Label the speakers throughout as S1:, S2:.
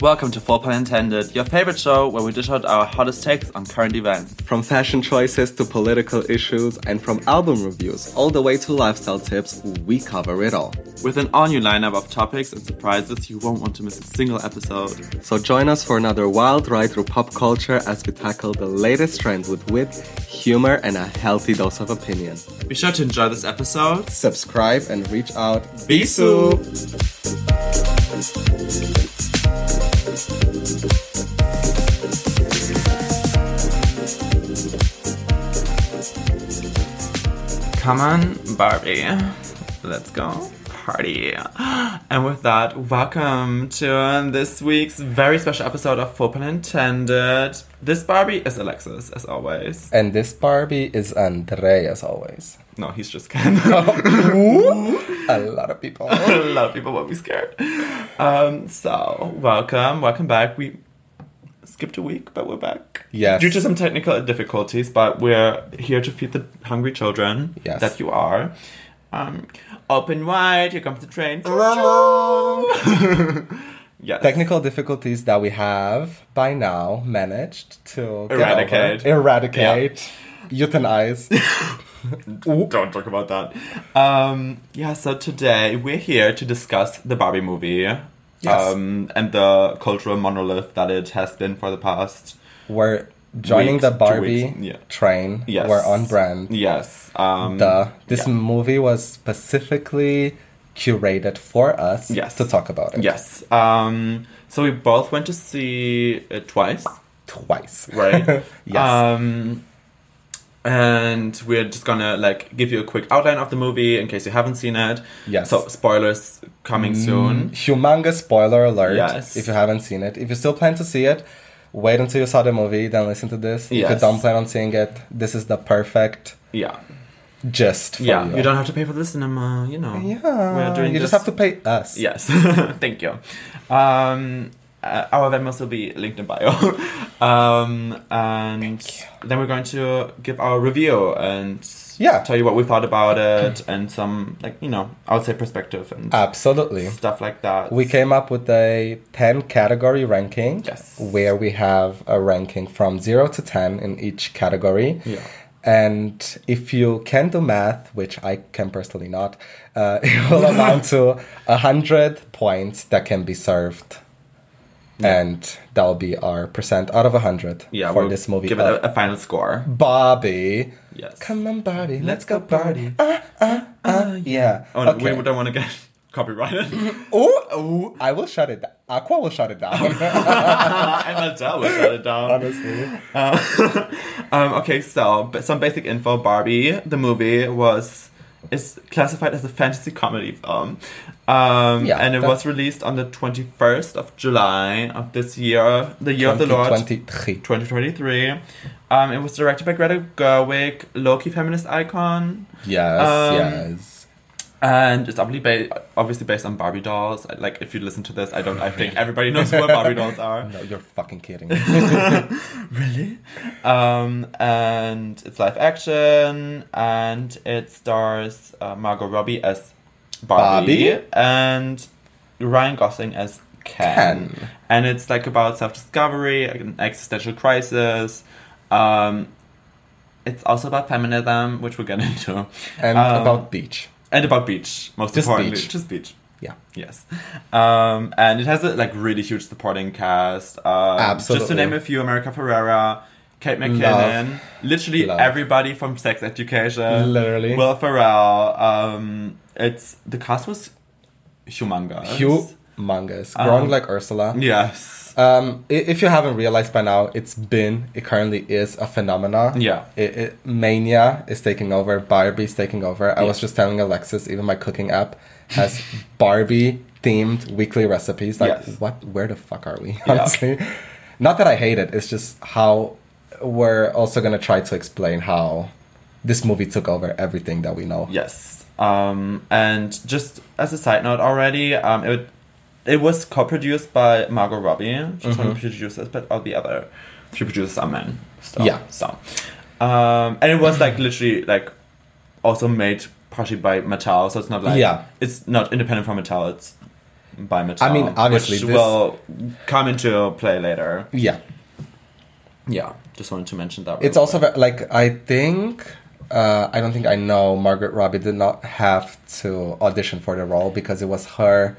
S1: Welcome to Four Pun Intended, your favorite show where we dish out our hottest takes on current events.
S2: From fashion choices to political issues, and from album reviews all the way to lifestyle tips, we cover it all.
S1: With an all new lineup of topics and surprises, you won't want to miss a single episode.
S2: So join us for another wild ride through pop culture as we tackle the latest trends with wit, humor, and a healthy dose of opinion.
S1: Be sure to enjoy this episode.
S2: Subscribe and reach out.
S1: Bisu! Come on, Barbie. Let's go party. And with that, welcome to this week's very special episode of Full Pun Intended. This Barbie is Alexis, as always.
S2: And this Barbie is Andre, as always.
S1: No, he's just Ken.
S2: A lot of people.
S1: a lot of people will be scared. Um, so welcome, welcome back. We skipped a week, but we're back.
S2: Yes.
S1: Due to some technical difficulties, but we're here to feed the hungry children
S2: Yes.
S1: that you are. Um, open wide, here comes the train. yes.
S2: Technical difficulties that we have by now managed to get over.
S1: Eradicate.
S2: eradicate, euthanize.
S1: Don't talk about that. Um, yeah, so today we're here to discuss the Barbie movie.
S2: Yes.
S1: Um, and the cultural monolith that it has been for the past
S2: We're joining
S1: Weeks,
S2: the
S1: two
S2: Barbie
S1: weeks, yeah.
S2: train.
S1: Yes.
S2: We're on brand.
S1: Yes. Um,
S2: Duh. This
S1: yeah.
S2: movie was specifically curated for us
S1: Yes.
S2: to talk about it
S1: Yes. Um, so we both went to see it twice,
S2: twice.
S1: right?
S2: Yes.
S1: Um, and we're just gonna like give you a quick outline of the movie in case you haven't seen it.
S2: Yes. Mm. Mm-hmm.
S1: So spoilers coming soon.
S2: Humongous spoiler alert
S1: Yes.
S2: if you haven't seen it. If you still plan to see it, wait until you saw the movie, then listen to this. If you
S1: Yes.
S2: don't plan on seeing it, this is the perfect
S1: Yeah.
S2: Oh, gist for
S1: yeah.
S2: you.
S1: You don't have to pay for the cinema. You know.
S2: yeah.
S1: We're doing
S2: you
S1: this.
S2: just have to pay us.
S1: Yes. Thank you. Um, uh, our Venmos will be linked in bio. um, and then we're going to give our review and
S2: Yeah.
S1: tell you what we thought about it and some, like, you know, outside perspective and
S2: Absolutely.
S1: stuff like that.
S2: We came up with a 10 category ranking
S1: Yes.
S2: where we have a ranking from 0 to 10 in each category.
S1: Yeah.
S2: And if you can do math, which I can personally not, uh, it will amount to 100 points that can be served. And that'll be our percent out of 100
S1: yeah,
S2: for
S1: we'll
S2: this movie.
S1: Give it
S2: of
S1: a, a final score.
S2: Barbie.
S1: Yes.
S2: Come on, Barbie. Let's,
S1: Let's
S2: go,
S1: go,
S2: Barbie. Ah, ah, ah, yeah.
S1: Oh, no,
S2: Okay.
S1: we don't want to get copyrighted.
S2: Ooh, I will shut it down. Aqua will shut it down.
S1: and Adele will shut it down.
S2: Honestly.
S1: Um, okay, so but some basic info. Barbie, the movie, was is classified as a fantasy comedy film, um,
S2: Yeah,
S1: and it
S2: that-
S1: was released on the twenty first of July of this year, the year of the Lord,
S2: 2023.
S1: twenty twenty three. Um, it was directed by Greta Gerwig, low-key feminist icon,
S2: Yes,
S1: Um,
S2: yes.
S1: and it's obviously, ba- obviously based on Barbie dolls. Like, if you listen to this, I don't. I think everybody knows what Barbie dolls are.
S2: No, you're fucking kidding. me.
S1: Really? Um, and it's live action, and it stars uh, Margot Robbie as Barbie,
S2: Barbie?
S1: and Ryan Gosling as Ken.
S2: Ken.
S1: And it's like about self discovery, an existential crisis. Um, it's also about feminism, which we'll get into,
S2: and
S1: Um,
S2: about beach.
S1: and about beach, most
S2: Just
S1: importantly,
S2: beach.
S1: just beach.
S2: Yeah.
S1: Yes, um, and it has a like really huge supporting cast. Um, Just to
S2: Absolutely.
S1: name a few: America Ferrera, Kate McKinnon, literally
S2: Love.
S1: everybody from Sex Education,
S2: Literally.
S1: Will Ferrell. Um, it's the cast was humongous.
S2: Humongous. Growing
S1: Um,
S2: like Ursula.
S1: Yes.
S2: Um, i- if you haven't realized by now, it's been, it currently is a phenomena.
S1: Yeah.
S2: It, it, Mania is taking over. Barbie's taking over. I
S1: Yeah.
S2: was just telling Alexis, even my cooking app has Barbie themed weekly recipes. Like,
S1: Yes.
S2: what? Where the fuck are we?
S1: Yeah.
S2: Honestly, not that I hate it. It's just how we're also gonna try to explain how this movie took over everything that we know.
S1: Yes. Um, and just as a side note already, um, it it was co-produced by Margot Robbie. She's one of
S2: Mm-hmm.
S1: the producers, but all the other three producers are men. So,
S2: Yeah.
S1: So, um, and it was like literally like also made partially by Mattel, so it's not like
S2: Yeah.
S1: it's not independent from Mattel. It's by Mattel.
S2: I mean, obviously
S1: which
S2: this-
S1: will come into play later.
S2: Yeah.
S1: Yeah, just wanted to mention that.
S2: It's
S1: real
S2: also ve- like I think uh, I don't think I know Margaret Robbie did not have to audition for the role because it was her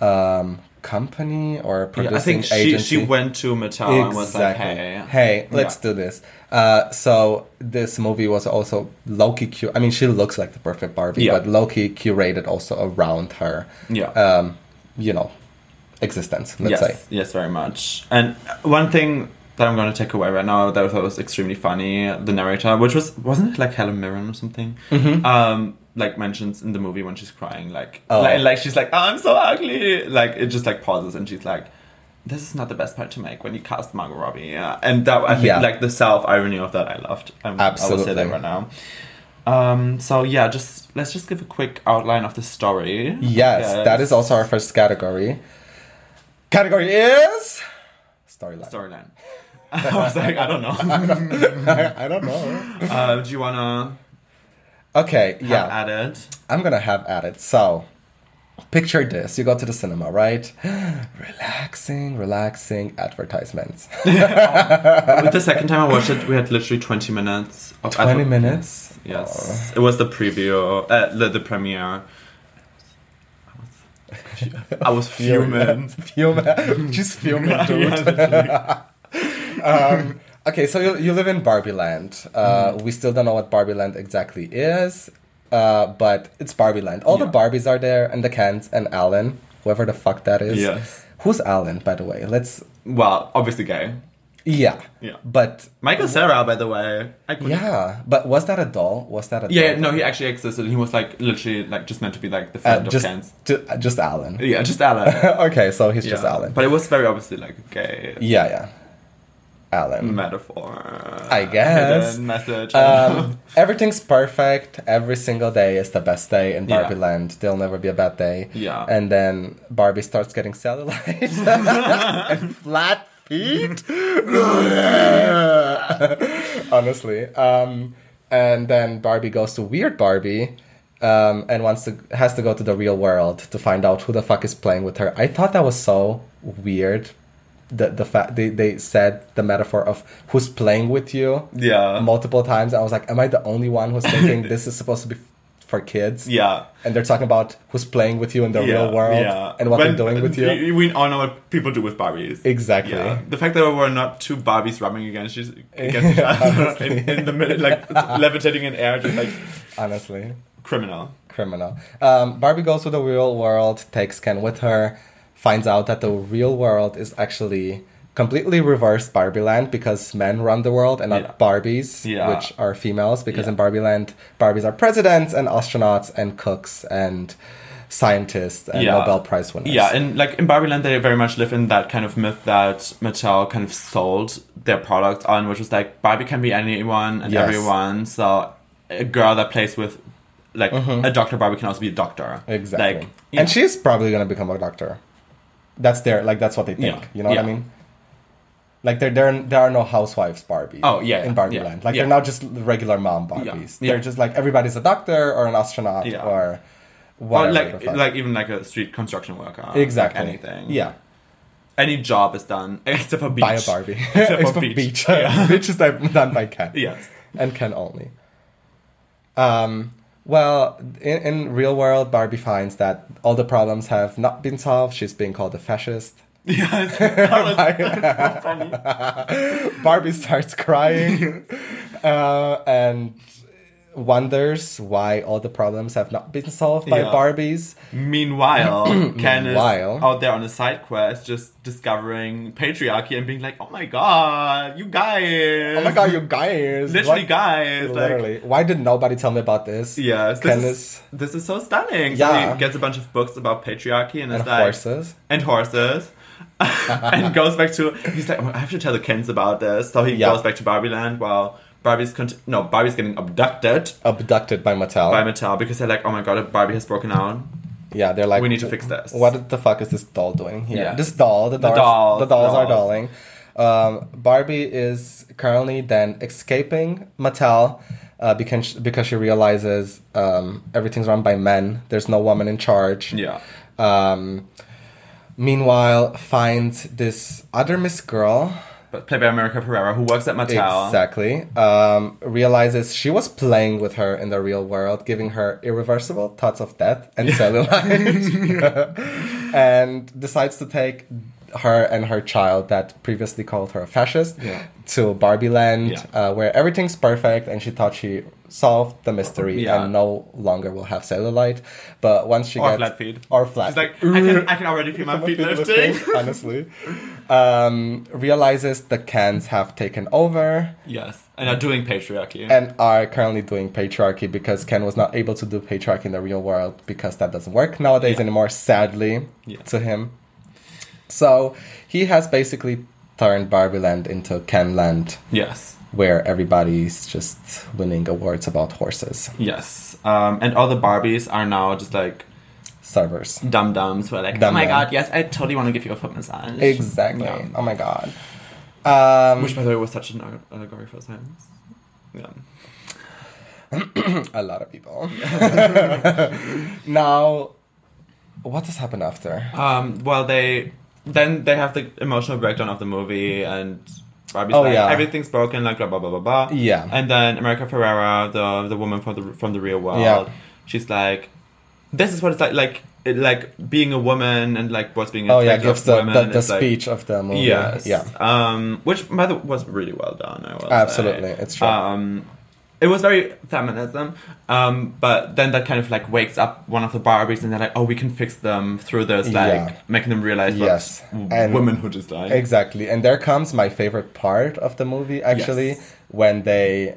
S2: um, company or
S1: quick.
S2: producing
S1: Yeah, I think she,
S2: agency.
S1: she went to Mattel and was like, hey,
S2: Hey, let's
S1: Yeah.
S2: do this. Uh, so this movie was also Loki. Cu- I mean, she looks like the perfect Barbie,
S1: Yeah.
S2: but Loki curated also around her.
S1: Yeah.
S2: Um, you know, existence. Let's
S1: yes,
S2: say.
S1: yes, very much. And one thing that I'm going to take away right now that I thought was extremely funny, the narrator, which was wasn't it like Helen Mirren or something, um, like mentions in the movie when she's crying, like,
S2: Mm-hmm. Oh.
S1: like like she's like, oh, I'm so ugly, like it just like pauses and she's like. This is not the best part to make when you cast Margot Robbie, yeah. and that I think
S2: Yeah.
S1: like the self irony of that I loved. Um, i I will say
S2: Absolutely.
S1: that right now. Um, so yeah, just let's just give a quick outline of the story.
S2: Yes, that is
S1: all
S2: also our first category. Category is storyline.
S1: storyline. I was like, I don't know.
S2: I don't know.
S1: Uh, do you wanna
S2: Okay,
S1: have
S2: yeah,
S1: at it?
S2: I'm gonna have at it. So, picture this: you go to the cinema, right? relaxing, relaxing advertisements.
S1: But the second time I watched it, we had literally twenty minutes. Of
S2: Twenty
S1: adver-
S2: minutes. Oh.
S1: Yes, it was the preview, uh, the, the premiere. I was fuming.
S2: Human, just human,
S1: Yeah,
S2: dude.
S1: literally.
S2: um, okay, so you, you live in Barbie Land. Uh,
S1: Mm-hmm.
S2: We still don't know what Barbie Land exactly is, uh, but it's Barbie Land. All the
S1: Yeah.
S2: Barbies are there, and the Kens, and Alan, whoever the fuck that is.
S1: Yes.
S2: Who's Alan, by the way? Let's.
S1: well, obviously gay.
S2: Yeah.
S1: Yeah.
S2: But.
S1: Michael Sarah, by the way. I couldn't-
S2: Yeah, but was that a doll? Was that a doll?
S1: Yeah, no, he actually existed. He was like literally like just meant to be like the
S2: Uh,
S1: friend
S2: just,
S1: of Ken's.
S2: ju- uh, just Alan.
S1: Yeah, just Alan.
S2: okay, so he's just
S1: Yeah.
S2: Alan.
S1: But it was very obviously like a gay
S2: yeah, yeah. Alan.
S1: metaphor.
S2: I guess.
S1: Hidden message.
S2: um, everything's perfect. Every single day is the best day in
S1: Yeah.
S2: Barbie Land. There'll never be a bad day.
S1: Yeah.
S2: And then Barbie starts getting cellulite and flat feet. Honestly. Um, and then Barbie goes to Weird Barbie. Um, and wants to has to go to the real world to find out who the fuck is playing with her. I thought that was so weird. The the fact they, they said the metaphor of who's playing with you
S1: yeah.
S2: multiple times. I was like, am I the only one who's thinking this is supposed to be f- for kids?
S1: Yeah.
S2: And they're talking about who's playing with you in the
S1: yeah,
S2: real world
S1: yeah.
S2: and what
S1: When-
S2: they're doing with you.
S1: We, we all know what people do with Barbies.
S2: Exactly.
S1: Yeah. The fact that there were not two Barbies rubbing against each, against each other in, in the middle, like levitating in air, just like
S2: Honestly,
S1: criminal.
S2: criminal. Um, Barbie goes to the real world, takes Ken with her, finds out that the real world is actually completely reversed Barbie land because men run the world and not
S1: Yeah.
S2: Barbies,
S1: Yeah.
S2: which are females. Because
S1: Yeah.
S2: in Barbie land, Barbies are presidents and astronauts and cooks and scientists and
S1: Yeah.
S2: Nobel Prize winners.
S1: Yeah, and like in Barbie Land, they very much live in that kind of myth that Mattel kind of sold their product on, which was like Barbie can be anyone and
S2: Yes.
S1: everyone. So a girl that plays with like a doctor Barbie can also be a doctor.
S2: Mm-hmm. Exactly.
S1: Like, yeah.
S2: and she's probably gonna become a doctor. That's their like that's what they think.
S1: Yeah.
S2: You know what I
S1: Yeah.
S2: mean? Like there there there are no housewives Barbie.
S1: Oh, yeah,
S2: In Barbie
S1: yeah,
S2: land. Like
S1: yeah.
S2: they're not just regular mom Barbies.
S1: Yeah.
S2: They're just like everybody's a doctor or an astronaut
S1: Yeah. or
S2: or whatever.
S1: like
S2: the fuck.
S1: like even like a street construction worker. like
S2: exactly
S1: anything.
S2: Yeah.
S1: any job is done except for beach.
S2: By a Barbie.
S1: Except
S2: It's
S1: for
S2: from
S1: beach.
S2: beach.
S1: Yeah.
S2: Beach is done done by Ken.
S1: Yes.
S2: and can only. Um, well, in, in real world, Barbie finds that all the problems have not been solved. She's being called a fascist.
S1: Yes. That was, that's so funny.
S2: Barbie starts crying uh, and wonders why all the problems have not been solved by
S1: Yeah.
S2: Barbies.
S1: Meanwhile, Ken is
S2: Meanwhile.
S1: out there on a side quest, just discovering patriarchy and being like, "Oh my god, you guys!
S2: Oh my god, you guys!
S1: literally,
S2: what-
S1: guys! Like,
S2: Literally, why did nobody tell me about this?
S1: yes, this
S2: Ken
S1: is,
S2: is
S1: this is so stunning." So
S2: Yeah.
S1: he gets a bunch of books about patriarchy and,
S2: and
S1: is like,
S2: horses.
S1: and horses. and goes back to he's like, "Oh, I have to tell the Kens about this. So he
S2: Yeah.
S1: goes back to Barbie Land while Barbie's cont- no Barbie's getting abducted
S2: Abducted by Mattel.
S1: by Mattel because they're like, oh my god, Barbie has broken out.
S2: Yeah, they're like,
S1: We need to fix this.
S2: What the fuck is this doll doing here?
S1: Yeah.
S2: This doll, the dolls, the
S1: dolls,
S2: dolls, are
S1: dolls.
S2: dolling. Um, Barbie is currently then escaping Mattel uh, because because she realizes um, everything's run by men. There's no woman in charge.
S1: Yeah.
S2: Um, meanwhile finds this other Miss Girl.
S1: But played by America Ferrera, who works at Mattel.
S2: Exactly. Um, realizes she was playing with her in the real world, giving her irreversible thoughts of death and cellulite, and decides to take her and her child that previously called her a fascist
S1: Yeah.
S2: to Barbie Land,
S1: Yeah.
S2: uh, where everything's perfect, and she thought she solved the mystery
S1: Yeah.
S2: and no longer will have cellulite. But once she
S1: Or
S2: gets
S1: flat feet.
S2: or flat,
S1: She's like, I can, I can already feel my
S2: Some of
S1: feet
S2: it was
S1: lifting.
S2: pink, honestly. Um, realizes the cans have taken over
S1: yes, and are doing patriarchy.
S2: and are currently doing patriarchy because Ken was not able to do patriarchy in the real world because that doesn't work nowadays
S1: Yeah.
S2: anymore, sadly,
S1: Yeah.
S2: to him. So he has basically turned Barbie Land into Ken Land,
S1: yes,
S2: where everybody's just winning awards about horses.
S1: yes. Um, and all the Barbies are now just like
S2: Servers.
S1: dum dums who are like, oh
S2: Dum
S1: my
S2: dum.
S1: god, yes, I totally want to give you a foot massage.
S2: Exactly.
S1: Yeah.
S2: Oh my god. Um,
S1: Which, by the way, was such an al- allegory for science. Yeah.
S2: a lot of people. now, what has happened after?
S1: Um, well, they then they have the emotional breakdown of the movie, and Robbie's
S2: Oh,
S1: like,
S2: yeah.
S1: everything's broken, like blah blah blah blah.
S2: Yeah.
S1: And then America Ferrera, the the woman from the from the real world,
S2: Yeah.
S1: she's like, this is what it's like, like it, like being a woman and like what's being
S2: Oh yeah,
S1: expected
S2: gives
S1: of
S2: the,
S1: women,
S2: the, the
S1: it's like-
S2: speech of the movie.
S1: Yes.
S2: Yeah.
S1: Um, which by the was really well done. I will say.
S2: Absolutely, it's true.
S1: Um, it was very feminism, um, but then that kind of like wakes up one of the Barbies, and they're like, "Oh, we can fix them through this, like
S2: Yeah.
S1: making them realize what
S2: Yes.
S1: w-
S2: And-
S1: womanhood is like."
S2: Exactly. And there comes my favorite part of the movie actually
S1: Yes.
S2: when they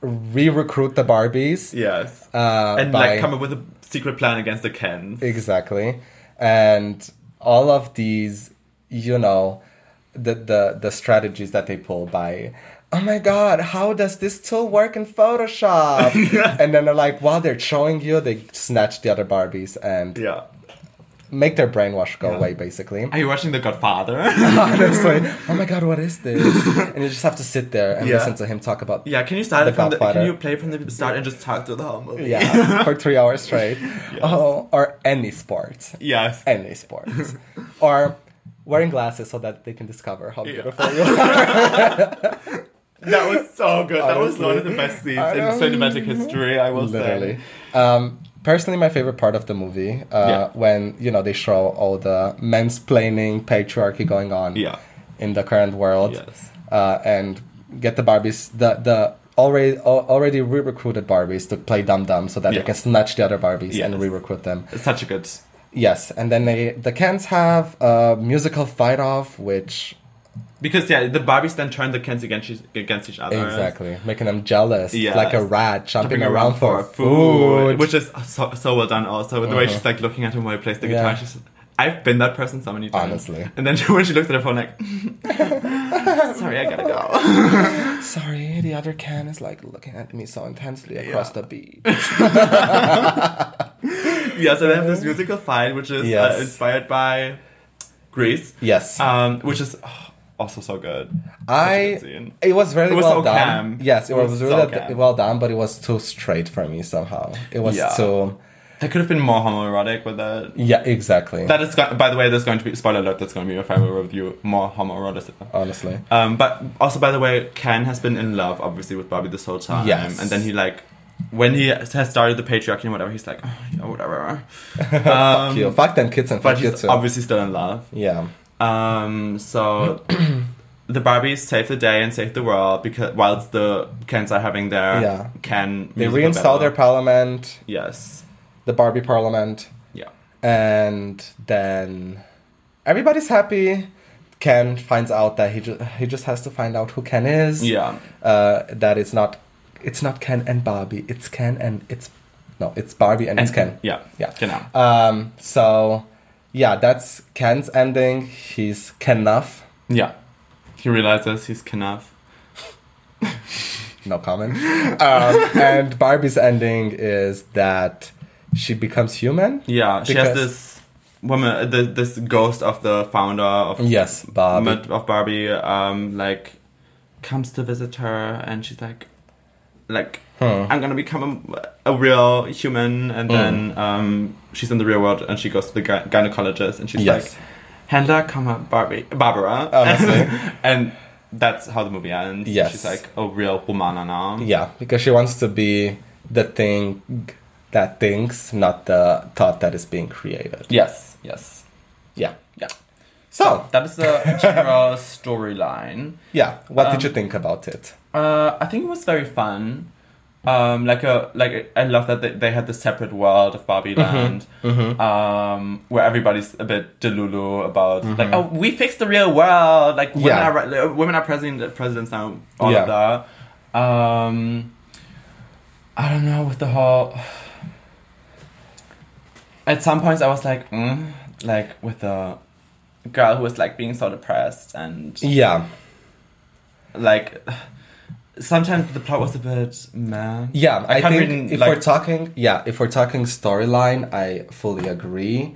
S2: re-recruit the Barbies.
S1: Yes,
S2: Uh,
S1: and
S2: by-
S1: like come up with a secret plan against the Kens.
S2: Exactly. And all of these, you know, the, the the strategies that they pull by Oh my god, how does this tool work in Photoshop? And then they're like, while they're showing you, they snatch the other Barbies and
S1: yeah.
S2: make their brainwash go
S1: Yeah.
S2: away, basically.
S1: Are you watching The Godfather?
S2: Honestly. oh my god, what is this? And you just have to sit there and
S1: Yeah.
S2: listen to him talk about
S1: yeah. Can you start
S2: The
S1: it from the?
S2: Godfather.
S1: Can you play from the start and just talk through the whole movie?
S2: yeah for three hours straight oh or any sports
S1: yes.
S2: any sports or wearing glasses so that they can discover how
S1: Yeah.
S2: beautiful you are
S1: That was so good. that was
S2: Honestly.
S1: one of the best scenes in
S2: I don't-
S1: cinematic history, I will
S2: literally
S1: say.
S2: um personally my favorite part of the movie uh
S1: Yeah.
S2: when you know they show all the mansplaining patriarchy going on
S1: Yeah.
S2: in the current world
S1: Yes.
S2: uh and get the barbies the the already al- already re-recruited barbies to play dum dum so that
S1: Yeah.
S2: they can snatch the other barbies and
S1: Yes.
S2: re-recruit them
S1: It's such a good.
S2: Yes, and then they the Kens have a musical fight off, which
S1: Because, yeah, the Barbies then turn the Kens against, each- against each other.
S2: exactly making them jealous,
S1: Yes.
S2: like a rat jumping
S1: Uh, Jumping
S2: around, for food. Uh-huh.
S1: Which is so, so well done, also. With the way she's like looking at him while he plays the
S2: Yeah.
S1: guitar. She's, I've been that person so many times.
S2: Honestly.
S1: And then when she looks at her phone, like, sorry, I gotta go.
S2: Sorry, the other Ken is like looking at me so intensely across the beach.
S1: yeah, so they have this musical fight, which is
S2: Yes.
S1: uh, inspired by Greece,
S2: yes,
S1: um, which is oh, also so good. Such a
S2: I.
S1: good scene.
S2: It was really
S1: It was
S2: well
S1: so
S2: done.
S1: calm.
S2: Yes, it,
S1: It
S2: was,
S1: was
S2: really
S1: so calm.
S2: well done, but it was too straight for me somehow. It was
S1: Yeah.
S2: too.
S1: They could have been more homoerotic with it.
S2: Yeah, exactly.
S1: That is, go- by the way, there's going to be spoiler alert. That's going to be a final review. More homoeroticism.
S2: honestly.
S1: Um, but also, by the way, Ken has been in love, obviously, with Barbie this whole time.
S2: Yes.
S1: And then he like, when he has started the patriarchy and whatever, he's like, oh, yeah, whatever.
S2: fuck you. Fuck them kids and
S1: Um, But
S2: fuck you
S1: he's
S2: too.
S1: obviously still in love.
S2: yeah.
S1: Um, so the Barbies save the day and save the world because whilst the Kens are having their
S2: Yeah.
S1: Ken,
S2: They
S1: musical
S2: reinstall their
S1: battle.
S2: parliament,
S1: yes,
S2: the Barbie parliament.
S1: yeah.
S2: and then everybody's happy. Ken finds out that he ju- he just has to find out who Ken is.
S1: Yeah.
S2: Uh, that it's not it's not Ken and Barbie. It's Ken and it's no, it's Barbie and, it's Ken.
S1: Yeah.
S2: Yeah.
S1: Genau.
S2: Um. So yeah, that's Ken's ending. He's Ken enough.
S1: Yeah. He realizes he's Kenaf.
S2: No comment. Um, and Barbie's ending is that she becomes human.
S1: Yeah, she
S2: Because-
S1: has this woman, uh, the, this ghost of the founder of
S2: Yes, Barbie.
S1: Mad- of Barbie, um, like comes to visit her, and she's like, like
S2: Hmm.
S1: I'm gonna become a, a real human, and then um, she's in the real world, and she goes to the gy- gynecologist, and she's
S2: Yes.
S1: like, Henda, comma Barbie, Barbara,
S2: Honestly.
S1: and that's how the movie ends.
S2: Yes.
S1: she's like a real woman now.
S2: Yeah, because she wants to be the thing that thinks, not the thought that is being created.
S1: Yes, yes,
S2: Yeah.
S1: yeah.
S2: So,
S1: That is the general storyline.
S2: yeah, what
S1: Um,
S2: did you think about it?
S1: Uh, I think it was very fun. Um, like a like I love that they, they had the separate world of Barbie
S2: Mm-hmm.
S1: Land, Um, where everybody's a bit delulu about like oh we fixed the real world like women
S2: Mm-hmm. Yeah.
S1: are re- uh, women are president presidents now all
S2: Yeah.
S1: of that. Um, I don't know with the whole. At some points, I was like, mm, like with the girl who was like being so depressed and
S2: Yeah.
S1: like sometimes the plot was a bit meh.
S2: Yeah, I,
S1: can't
S2: think
S1: really,
S2: if
S1: like-
S2: we're talking, yeah, if we're talking storyline, I fully agree.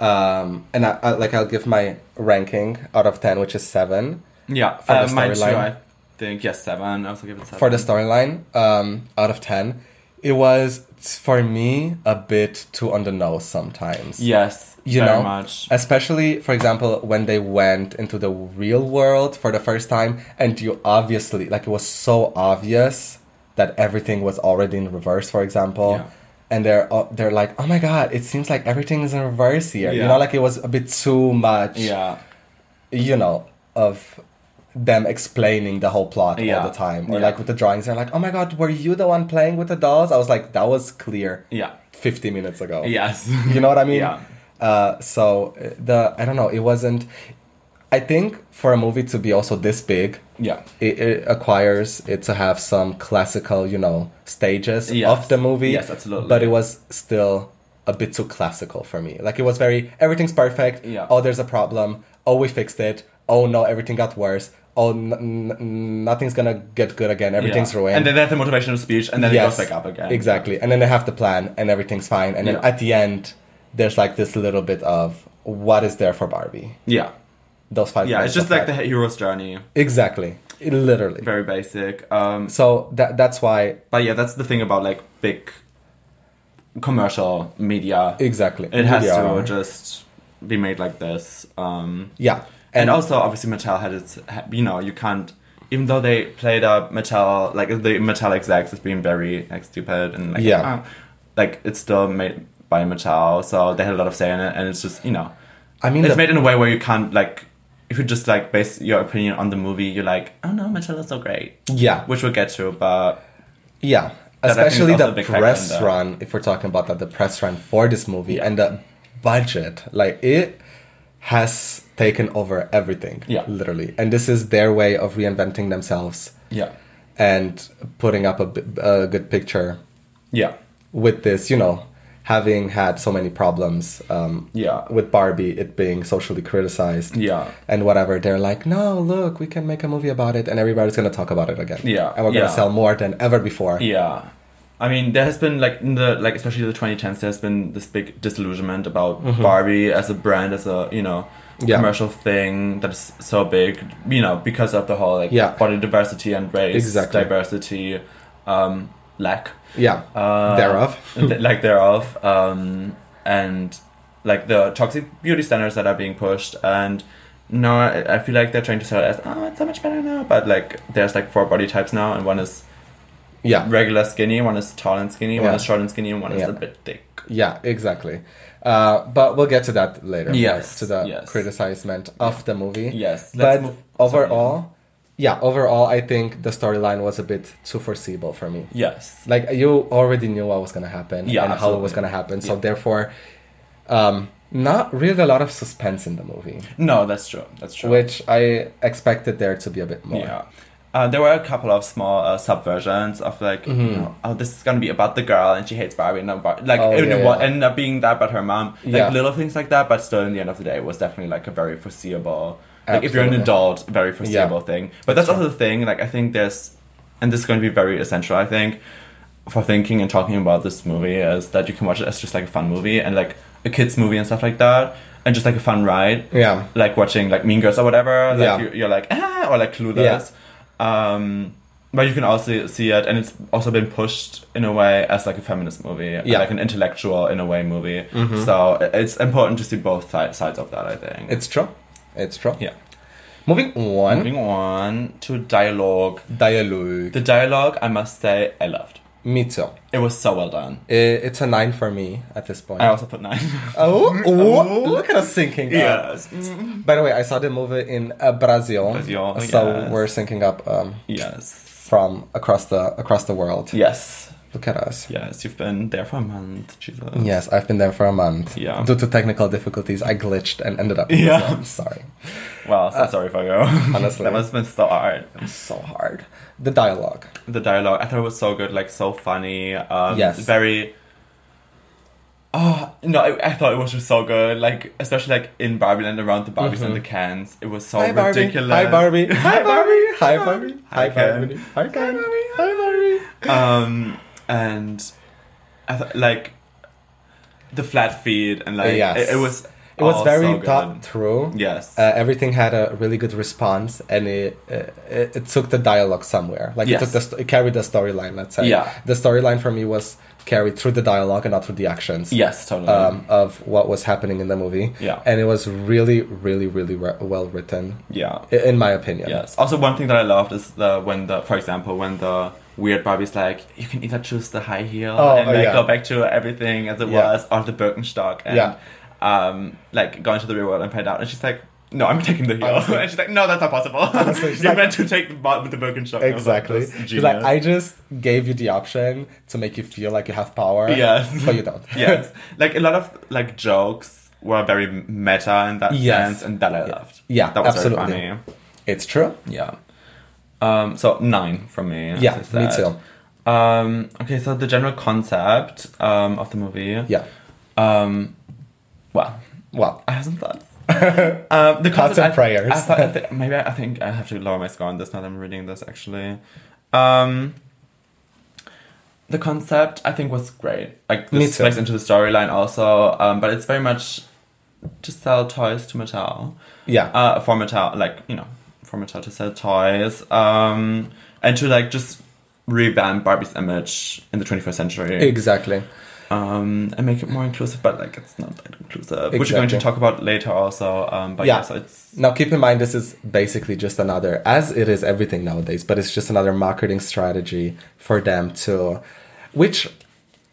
S2: Um, and I, I like I'll give my ranking out of 10, which is 7.
S1: Yeah,
S2: For the
S1: uh, mine too, I
S2: storyline.
S1: think yes, seven. I also give it seven.
S2: for the storyline um, out of 10 it was for me a bit too on the nose sometimes
S1: yes,
S2: you
S1: very
S2: know
S1: much.
S2: especially for example when they went into the real world for the first time and you obviously like it was so obvious that everything was already in reverse for example
S1: Yeah.
S2: and they're uh, they're like oh my god it seems like everything is in reverse here you
S1: Yeah.
S2: know like it was a bit too much
S1: Yeah,
S2: you know, of them explaining the whole plot
S1: Yeah.
S2: all the time. Or
S1: Yeah.
S2: like with the drawings, they're like, oh my god, were you the one playing with the dolls? I was like, that was clear
S1: yeah,
S2: 50 minutes ago.
S1: yes.
S2: You know what I mean?
S1: Yeah.
S2: Uh, so uh, the, I don't know, it wasn't, I think for a movie to be also this big,
S1: yeah,
S2: it, it acquires it to have some classical, you know, stages
S1: Yes.
S2: of the movie.
S1: Yes, absolutely.
S2: But it was still a bit too classical for me. Like it was very everything's perfect.
S1: Yeah.
S2: Oh, there's a problem. Oh, we fixed it. Oh no, everything got worse. Oh, n- n- nothing's gonna get good again. Everything's
S1: yeah.
S2: ruined.
S1: And then they have the motivational speech, and then
S2: Yes,
S1: it goes back up again.
S2: Exactly. And then they have the plan and everything's fine. And then
S1: Yeah.
S2: at the end, there's like this little bit of what is there for Barbie?
S1: Yeah,
S2: Those five.
S1: yeah.
S2: minutes
S1: It's just
S2: of
S1: like the
S2: that.
S1: hero's journey,
S2: exactly, It- literally.
S1: very basic. Um,
S2: so that that's why
S1: but yeah, that's the thing about like big commercial media.
S2: Exactly.
S1: It has
S2: Media
S1: to
S2: armor.
S1: just be made like this. Um,
S2: Yeah.
S1: And also, obviously, Mattel had its, ha- you know, you can't, even though they played up Mattel, like the Mattel execs as being very like stupid and like,
S2: Yeah.
S1: oh, like it's still made by Mattel, so they had a lot of say in it, and it's just, you know,
S2: I mean,
S1: it's
S2: the-
S1: made in a way where you can't like, if you just like base your opinion on the movie, you're like, oh no, Mattel is so great,
S2: yeah,
S1: which we'll get to, but
S2: yeah.
S1: I think is
S2: Especially
S1: also
S2: the
S1: a big factor in
S2: press
S1: the-
S2: run, if we're talking about that, the press run for this movie
S1: Yeah.
S2: and the budget, like it has taken over everything.
S1: Yeah.
S2: literally. And this is their way of reinventing themselves
S1: yeah,
S2: and putting up a, bi- a good picture
S1: yeah,
S2: with this. You know, having had so many problems um,
S1: yeah,
S2: with Barbie, it being socially criticized.
S1: yeah.
S2: and whatever, they're like, no, look, we can make a movie about it, and everybody's gonna talk about it again.
S1: Yeah,
S2: and we're gonna
S1: yeah.
S2: sell more than ever before.
S1: Yeah. I mean, there has been like in the like especially the 2010s, there's been this big disillusionment about Barbie as a brand, as a you know
S2: Mm-hmm. Yeah.
S1: commercial thing that is so big, you know, because of the whole like
S2: Yeah.
S1: body diversity and race
S2: Exactly.
S1: diversity um, lack
S2: Yeah,
S1: uh,
S2: thereof.
S1: th- like thereof, um, and like the toxic beauty standards that are being pushed. And no, I I feel like they're trying to sell it as oh, it's so much better now, but like there's like four body types now, and one is
S2: yeah,
S1: regular skinny, one is tall and skinny, one
S2: Yeah.
S1: is short and skinny, and one is
S2: Yeah.
S1: a bit thick.
S2: yeah, exactly. Uh, but we'll get to that later. more
S1: Yes,
S2: to the
S1: yes.
S2: criticizement of the movie.
S1: Yes.
S2: but
S1: sorry.
S2: overall, yeah, overall, I think the storyline was a bit too foreseeable for me.
S1: yes.
S2: like you already knew what was gonna happen
S1: Yeah,
S2: and how it was
S1: absolutely.
S2: gonna happen. So
S1: Yeah.
S2: therefore, um, not really a lot of suspense in the movie,
S1: No, that's true. That's true.
S2: which I expected there to be a bit more.
S1: yeah. Uh, there were a couple of small uh, subversions of like,
S2: Mm-hmm.
S1: you know, oh, this is gonna be about the girl and she hates Barbie and not Bar- like
S2: Oh,
S1: it
S2: yeah,
S1: wa-
S2: yeah.
S1: ended up being that, but her mom like
S2: Yeah.
S1: little things like that. But still, in the end of the day, it was definitely like a very foreseeable. Like if you're an
S2: Absolutely.
S1: adult, very foreseeable thing. But that's
S2: That's
S1: also the thing. Like I think there's, and this is going to be very essential. I think for thinking and talking about this movie is that you can watch it as just like a fun movie and like a kids movie and stuff like that, and just like a fun ride
S2: Yeah.
S1: like watching like Mean Girls or whatever. Like
S2: Yeah.
S1: you, you're like ah, or like Clueless. Um, But you can also see it, and it's also been pushed in a way as like a feminist movie,
S2: Yeah. Mm-hmm.
S1: like an intellectual in a way movie. So i- it's important to see both si- sides of that. I think.
S2: It's true. It's true.
S1: yeah.
S2: Moving on.
S1: Moving on to dialogue.
S2: Dialogue.
S1: The dialogue, I must say, I loved.
S2: Me too.
S1: It was so well done.
S2: I- It's a nine for me at this point.
S1: I also put nine.
S2: Oh, oh, look at us syncing up.
S1: yes.
S2: By the way, I saw the movie in uh, Brazil,
S1: Brazil,
S2: so
S1: yes.
S2: we're syncing up um,
S1: Yes.
S2: from across the across the world.
S1: Yes.
S2: Look at us.
S1: Yes. You've been there for a month, Jesus.
S2: Yes, I've been there for a month.
S1: Yeah.
S2: Due to technical difficulties, I glitched and ended up. in
S1: Yeah.
S2: Brazil. I'm sorry.
S1: Wow.
S2: Uh,
S1: So sorry for you.
S2: honestly.
S1: that must have been so hard.
S2: So hard. The dialogue.
S1: the dialogue. I thought it was so good, like so funny. Um,
S2: Yes.
S1: Very. Oh no! I, I thought it was just so good, like especially like in Barbie Land around the Barbies and the cans. It was so ridiculous.
S2: Mm-hmm. Hi Barbie. Hi Barbie. Hi
S1: Hi,
S2: Barbie.
S1: Hi, Ken.
S2: Hi Ken.
S1: Barbie.
S2: Hi Barbie.
S1: Um, and I th- like the flat feed and like
S2: Yes.
S1: it, it was.
S2: It was
S1: all
S2: very
S1: Oh, so good.
S2: thought through.
S1: Yes.
S2: uh, everything had a really good response and it uh, it, it took the dialogue somewhere like
S1: Yes.
S2: it took the st- it carried the storyline let's say
S1: Yeah.
S2: the storyline for me was carried through the dialogue and not through the actions
S1: yes. Totally.
S2: um, of what was happening in the movie
S1: Yeah.
S2: and it was really really really re- well written
S1: yeah.
S2: i- in my opinion
S1: Yes. Also, one thing that I loved is the when the, for example, when the weird Barbie's like, you can either choose the high heel
S2: Oh,
S1: and
S2: oh,
S1: like
S2: yeah.
S1: go back to everything as it
S2: Yeah.
S1: was, or the Birkenstock and
S2: Yeah.
S1: um, like go into the real world and find out. And she's like, no, I'm taking the heel.
S2: Honestly.
S1: and she's like, no, that's not possible.
S2: Honestly, she's
S1: You're
S2: like-
S1: meant to take the bo- with the Birkenstock. And I was
S2: Exactly.
S1: Like, that's
S2: She's like,
S1: genius."
S2: I just gave you the option to make you feel like you have power.
S1: Yes.
S2: But you don't.
S1: yes. Like a lot of like jokes were very meta in that
S2: Yes.
S1: sense, and that I loved.
S2: Yeah,
S1: that was
S2: absolutely.
S1: very funny.
S2: It's true.
S1: Yeah. Um, so nine from me. as
S2: Yeah,
S1: I
S2: me
S1: said.
S2: too.
S1: Um, okay, so the general concept um, of the movie.
S2: Yeah.
S1: Um, well,
S2: Well,
S1: I have some thoughts. um, the
S2: Thoughts
S1: concept,
S2: and
S1: I-
S2: prayers.
S1: I thought, I thi- maybe I think I have to lower my score on this now that I'm reading this actually. Um, the concept I think was great. Like
S2: Me
S1: this
S2: too.
S1: plays into the storyline also, um, but it's very much to sell toys to Mattel
S2: yeah.
S1: uh, for Mattel, like you know, for Mattel to sell toys, um, and to like just revamp Barbie's image in the 21st century,
S2: exactly.
S1: um, and make it more inclusive. But like, it's not that inclusive, which we're going to
S2: Exactly.
S1: talk about later also. Um, but yeah,
S2: Yeah.
S1: so it's
S2: Now, keep in mind, this is basically just another, as it is everything nowadays, but it's just another marketing strategy for them to, which,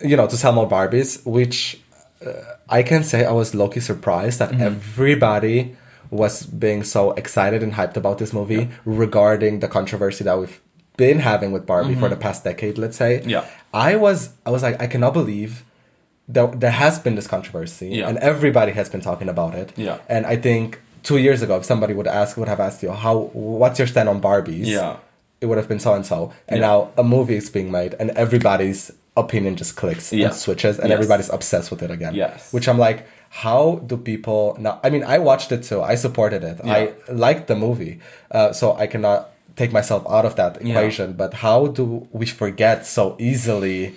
S2: you know, to sell more Barbies, which uh, I can say I was low-key surprised that
S1: Mm-hmm.
S2: everybody was being so excited and hyped about this movie regarding the controversy that we've been having with Barbie for the past decade, let's say.
S1: Mm-hmm. Yeah.
S2: I was, I was like, I cannot believe there, there has been this controversy
S1: Yeah.
S2: and everybody has been talking about it.
S1: Yeah.
S2: And I think two years ago, if somebody would ask, would have asked you, how, what's your stand on Barbies?
S1: Yeah.
S2: It would have been so and so. And
S1: Yeah.
S2: now a movie is being made, and everybody's opinion just clicks
S1: Yeah.
S2: and switches, and
S1: Yes.
S2: everybody's obsessed with it again.
S1: Yes.
S2: Which I'm like, how do people now? I mean, I watched it too. I supported it. I liked the movie, uh, so I cannot take myself out of that equation. But how do we forget so easily?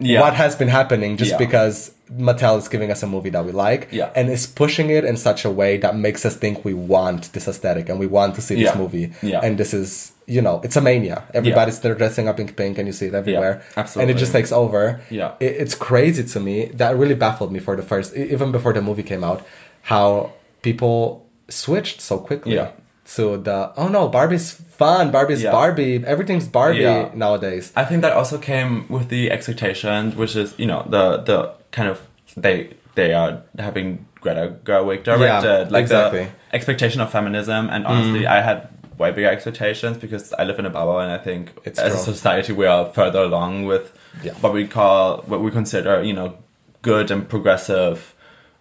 S1: Yeah.
S2: What has been happening just
S1: Yeah.
S2: because because Mattel is giving us a movie that we like
S1: Yeah.
S2: and is pushing it in such a way that makes us think we want this aesthetic and we want to see this
S1: Yeah.
S2: movie.
S1: Yeah.
S2: And this is, you know, it's a mania. Everybody's they're dressing up in pink and you see it everywhere.
S1: absolutely.
S2: And it just takes over.
S1: Yeah.
S2: It, it's crazy to me. That really baffled me for the first, e- even before the movie came out, how people switched so quickly.
S1: Yeah.
S2: To the, oh no, Barbie's fun. Barbie's
S1: Yeah.
S2: Barbie. Everything's Barbie
S1: Yeah.
S2: nowadays.
S1: I think that also came with the expectation, which is you know the the kind of they they are having Greta Gerwig directed, like
S2: exactly. Mm.
S1: the expectation of feminism. And honestly, I had way bigger expectations because I live in a bubble, and I think
S2: It's
S1: as
S2: true.
S1: a society we are further along with
S2: Yeah.
S1: what we call what we consider you know good and progressive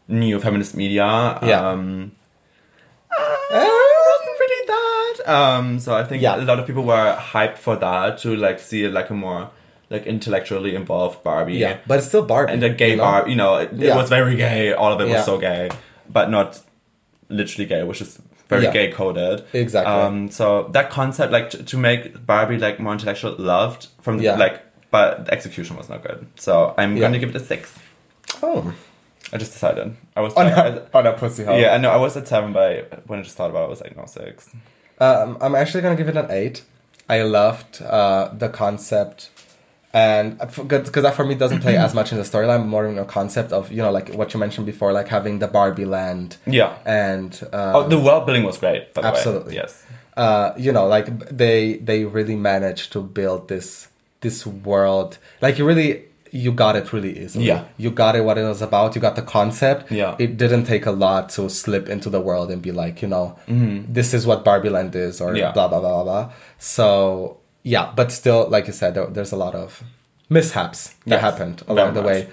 S1: new feminist media.
S2: Yeah.
S1: Um, it wasn't really that. Um, so I think
S2: Yeah.
S1: a lot of people were hyped for that to like see like a more like intellectually involved Barbie.
S2: Yeah. But it's still Barbie.
S1: And a gay
S2: you know?
S1: Barbie, you know, it, it
S2: Yeah.
S1: was very gay. All of it
S2: Yeah.
S1: was so gay, but not literally gay, which is very
S2: Yeah.
S1: gay coded.
S2: Exactly.
S1: Um, so that concept, like to, to make Barbie like more intellectual, loved from the,
S2: Yeah.
S1: like, but the execution was not good. So I'm
S2: Yeah.
S1: going to give it a six.
S2: Oh.
S1: I just decided. I was
S2: on
S1: like, I-
S2: a, on a pussy hole.
S1: yeah, I know I was at seven, but I- when I just thought about it, I was like, no, six.
S2: Um, I'm actually gonna give it an eight. I loved uh, the concept, and because that for me doesn't play as much in the storyline, more in the concept of you know like what you mentioned before, like having the Barbie land
S1: Yeah.
S2: and um,
S1: oh, the world building was great. By the way.
S2: Absolutely.
S1: Yes.
S2: uh, you know, like b- they they really managed to build this this world. Like you really you got it really easily.
S1: Yeah.
S2: You got it what it was about, you got the concept.
S1: Yeah.
S2: It didn't take a lot to slip into the world and be like, you know, this is what Barbie Land is or
S1: Mm-hmm. Yeah.
S2: blah blah blah blah blah. So yeah, but still, like you said, there, there's a lot of mishaps
S1: Yes,
S2: that happened
S1: very
S2: along the
S1: much.
S2: way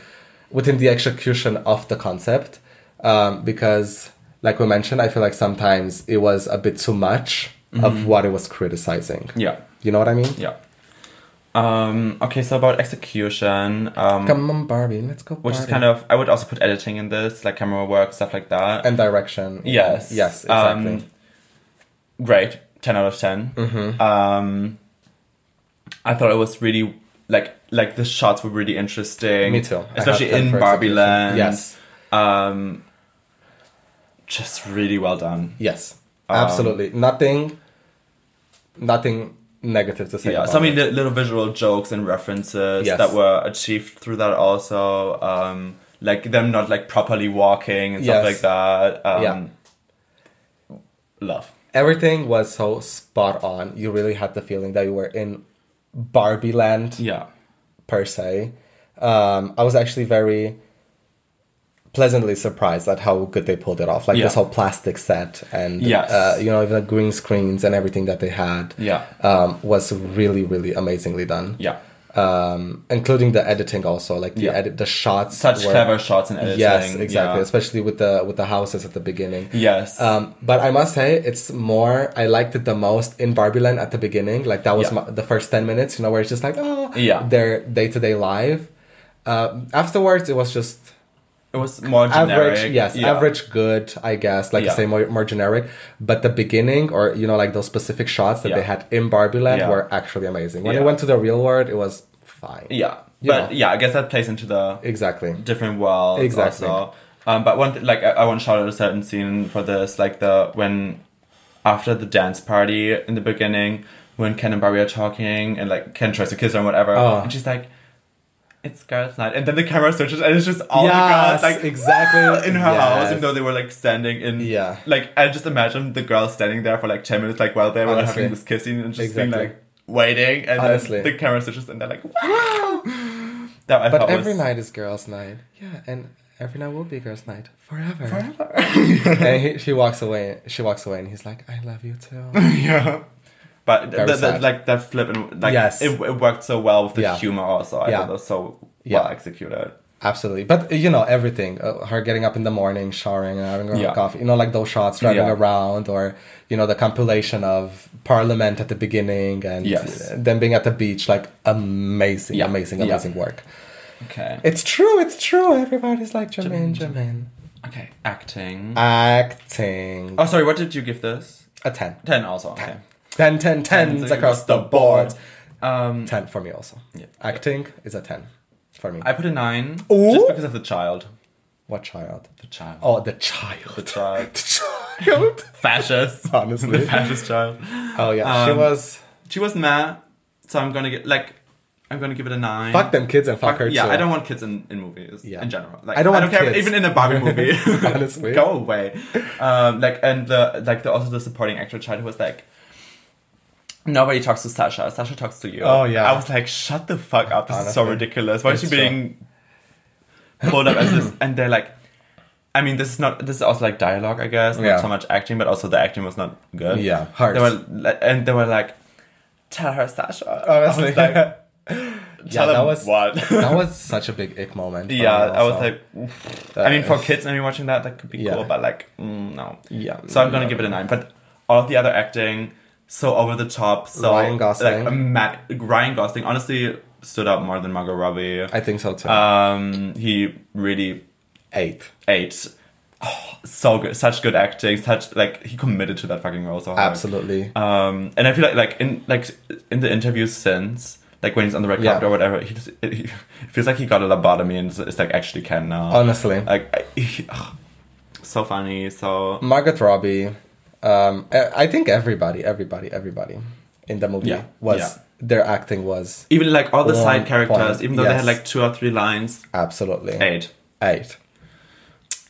S2: within the execution of the concept um, because like we mentioned i feel like sometimes it was a bit too much
S1: Mm-hmm.
S2: of what it was criticizing
S1: Yeah.
S2: you know what i mean
S1: Yeah. Um, okay, so about execution, um,
S2: come on barbie let's go
S1: which is kind of I would also put editing in this, like camera work, stuff like that.
S2: and direction
S1: yes,
S2: yes exactly
S1: Um, great, ten out of 10 Mm-hmm. Um, I thought it was really like like the shots were really interesting.
S2: me too I have
S1: especially
S2: them
S1: in
S2: for
S1: Barbie
S2: execution.
S1: Land.
S2: yes
S1: Um, just really well done.
S2: yes
S1: Um,
S2: absolutely nothing nothing negative to say
S1: yeah,
S2: about
S1: so many
S2: it.
S1: li- little visual jokes and references
S2: Yes.
S1: that were achieved through that also. Um, like them not like properly walking and
S2: Yes.
S1: stuff like that. Um, Love.
S2: everything was so spot on you really had the feeling that you were in barbie land
S1: Yeah.
S2: per se. Um, I was actually very pleasantly surprised at how good they pulled it off. Like
S1: Yeah.
S2: this whole plastic set and
S1: Yes.
S2: uh, you know even the green screens and everything that they had
S1: Yeah.
S2: um, was really really amazingly done.
S1: Yeah.
S2: Um, including the editing also like the
S1: Yeah.
S2: edit the shots
S1: Such
S2: were-
S1: clever shots and editing.
S2: Yes, exactly.
S1: Yeah.
S2: Especially with the with the houses at the beginning.
S1: Yes.
S2: Um, but I must say, it's more. I liked it the most in Barbie Land at the beginning. Like that was
S1: Yeah.
S2: my, the first ten minutes, you know, where it's just like, oh,
S1: Yeah.
S2: their day to day life. Uh, afterwards, it was just
S1: it was more generic.
S2: average. Yes,
S1: Yeah.
S2: average, good, I guess. Like I
S1: Yeah.
S2: say, more more generic. But the beginning, or you know, like those specific shots that
S1: Yeah.
S2: they had in Barbie Land,
S1: Yeah.
S2: were actually amazing. When it
S1: Yeah.
S2: went to the real world, it was fine.
S1: Yeah.
S2: You
S1: But
S2: know.
S1: yeah, I guess that plays into the
S2: Exactly.
S1: different worlds
S2: Exactly.
S1: also. Um, but one th- like I, I want to shout out a certain scene for this, like the when after the dance party in the beginning, when Ken and Barbie are talking and like Ken tries to kiss her and whatever,
S2: Oh.
S1: and she's like, "It's girls' night," and then the camera switches and it's just all
S2: Yes,
S1: the girls like
S2: exactly.
S1: in her house,
S2: Yes.
S1: even though they were like standing in.
S2: Yeah.
S1: Like I just imagine the girls standing there for like ten minutes, like while they were
S2: Honestly.
S1: having this kissing and just being
S2: Exactly.
S1: like waiting, and
S2: Honestly.
S1: then the camera switches and they're like, "Wow." That I
S2: But
S1: thought
S2: every
S1: was-
S2: night is girls' night. Yeah, and every night will be girls' night forever.
S1: forever.
S2: and he, she walks away. She walks away, and he's like, "I love you too."
S1: yeah. But
S2: Very
S1: th- th-
S2: sad.
S1: like that flip and like
S2: Yes.
S1: it, it worked so well with the
S2: Yeah.
S1: humor also. I
S2: Yeah.
S1: thought that was so
S2: Yeah.
S1: well executed.
S2: Absolutely, but uh, you know everything. Uh, her getting up in the morning, showering, and having her
S1: Yeah.
S2: coffee. You know, like those shots driving
S1: Yeah.
S2: around, or you know the compilation of Parliament at the beginning, and
S1: Yes.
S2: them being at the beach. Like amazing,
S1: Yeah.
S2: amazing,
S1: Yeah.
S2: amazing work.
S1: Okay.
S2: It's true. It's true. Everybody's like Jermaine, Jermaine.
S1: okay.
S2: Uh,
S1: Acting.
S2: Acting
S1: oh, sorry. What did you give this?
S2: a ten.
S1: Ten also. Okay.
S2: Ten, ten, tens
S1: Tens
S2: across the board.
S1: Um,
S2: 10 for me also.
S1: Yeah.
S2: Acting is a 10 for me.
S1: I put a nine
S2: Ooh.
S1: just because of the child.
S2: what child?
S1: The child.
S2: Oh, the child.
S1: The child.
S2: The child.
S1: Fascist.
S2: Honestly.
S1: the fascist child.
S2: oh, yeah. she
S1: Um,
S2: was.
S1: She was mad, so I'm gonna get like, I'm gonna give it a nine.
S2: Fuck them kids and fuck, her
S1: yeah,
S2: too.
S1: I don't want kids in, in movies
S2: Yeah.
S1: in general. Like
S2: I
S1: I
S2: don't
S1: don't,
S2: want
S1: care
S2: kids.
S1: even in a Barbie movie.
S2: Honestly.
S1: go away. Um, like and the like the also the supporting actor child who was like. Nobody talks to Sasha. Sasha talks to you.
S2: Oh, yeah.
S1: I was like, shut the fuck up. This is so
S2: Honestly.
S1: ridiculous. Why is she
S2: It's true.
S1: being pulled up as this? And they're like, I mean, this is not. This is also like dialogue, I guess.
S2: Yeah.
S1: Not so much acting, but also the acting was not good.
S2: Yeah, harsh.
S1: They were li- and they were like, tell her Sasha. I was
S2: Honestly.
S1: like,
S2: yeah,
S1: tell
S2: that
S1: him
S2: was.
S1: what.
S2: that was such a big ick moment. for
S1: Yeah,
S2: me
S1: I was
S2: also.
S1: like,
S2: That
S1: I mean, for
S2: is-
S1: kids, maybe watching that, that could be
S2: Yeah.
S1: cool, but like, mm, no.
S2: Yeah.
S1: So I'm gonna
S2: Yeah.
S1: give it a nine. But all of the other acting, so over the top, so
S2: Ryan Gosling.
S1: like a ma- Ryan Gosling, honestly stood out more than Margot Robbie.
S2: I think so too.
S1: um, he really
S2: 8.
S1: ate. Oh, so good, such good acting, such like he committed to that fucking role so hard.
S2: Absolutely.
S1: Um, and I feel like like in like in the interviews since. Like when he's on the red
S2: Yeah.
S1: carpet or whatever, he just it, he feels like he got a lobotomy and it's, it's like actually can now
S2: Honestly.
S1: like I, ugh, so funny so
S2: e, Margot Robbie. Um, I I think everybody, everybody, everybody. in the movie
S3: Yeah.
S2: was
S3: Yeah.
S2: their acting was
S1: Even like all the
S2: One
S1: side characters,
S2: point,
S1: even though they had
S2: yes.
S1: like two or three lines,
S2: absolutely
S1: eight.
S2: eight.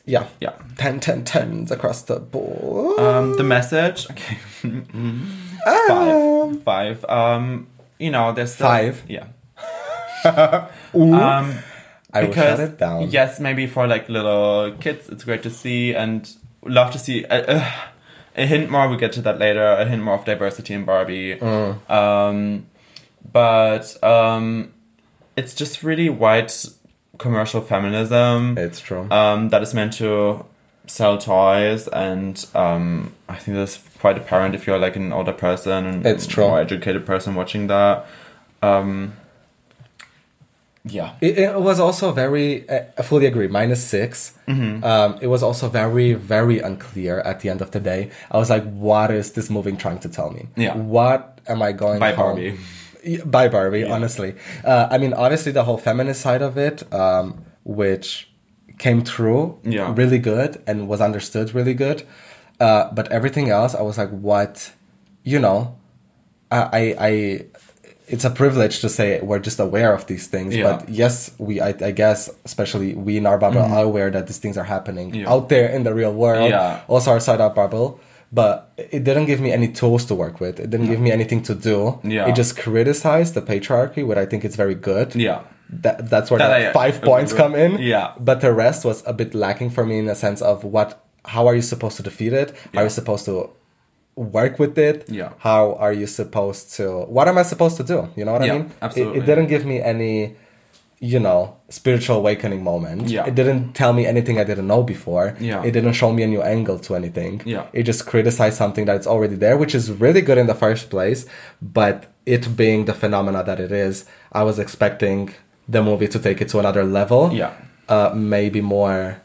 S2: Yeah.
S1: Yeah.
S2: 10 10 10s across the board.
S1: Um, the message. Okay.
S2: Um,
S1: five. Five. Um, you know, there's still,
S2: Five?
S1: Yeah.
S2: Ooh.
S1: Um,
S2: I will
S1: because
S2: shut it down.
S1: yes, maybe for like little kids, it's great to see and love to see. Uh, uh, a hint more. We'll get to that later. A hint more of diversity in Barbie.
S2: Mm.
S1: Um, but um, it's just really white commercial feminism
S2: It's true.
S1: um, that is meant to sell toys and um, i think that's quite apparent if you're like an older person and
S2: It's true.
S1: more educated person watching that um, yeah
S2: It, it was also very, uh, I fully agree, minus six.
S1: Mm-hmm.
S2: Um, it was also very, very unclear at the end of the day. I was like, what is this movie trying to tell me?
S1: Yeah.
S2: What am I going
S1: By
S2: home-
S1: Barbie.
S2: Y- By Barbie, honestly. Uh, I mean, obviously, the whole feminist side of it, um, which came through
S1: Yeah.
S2: really good and was understood really good. Uh, but everything else, I was like, what? You know, I, I, I it's a privilege to say we're just aware of these things.
S1: Yeah.
S2: But yes, we, I, I guess, especially we in our bubble are aware that these things are happening
S1: Mm-hmm. Yeah.
S2: out there in the real world.
S1: Yeah.
S2: Also outside our bubble. But it didn't give me any tools to work with. It didn't give me anything to do.
S1: Yeah.
S2: It just criticized the patriarchy, where I think it's very good.
S1: yeah
S2: That, that's where
S1: That
S2: that
S1: I
S2: five
S1: agree
S2: points
S1: with.
S2: come in.
S1: Yeah.
S2: But the rest was a bit lacking for me in the sense of what, how are you supposed to defeat it? How Are you supposed to work with it?
S1: Yeah.
S2: How are you supposed to, what am I supposed to do? You know what
S1: Yeah,
S2: I mean? It-
S1: absolutely.
S2: It, didn't give me any, you know, spiritual awakening moment.
S1: Yeah.
S2: It didn't tell me anything I didn't know before.
S1: Yeah.
S2: It didn't show me a new angle to anything.
S1: Yeah.
S2: It just criticized something that's already there, which is really good in the first place. But it being the phenomena that it is, I was expecting the movie to take it to another level.
S1: Yeah.
S2: Uh, maybe more,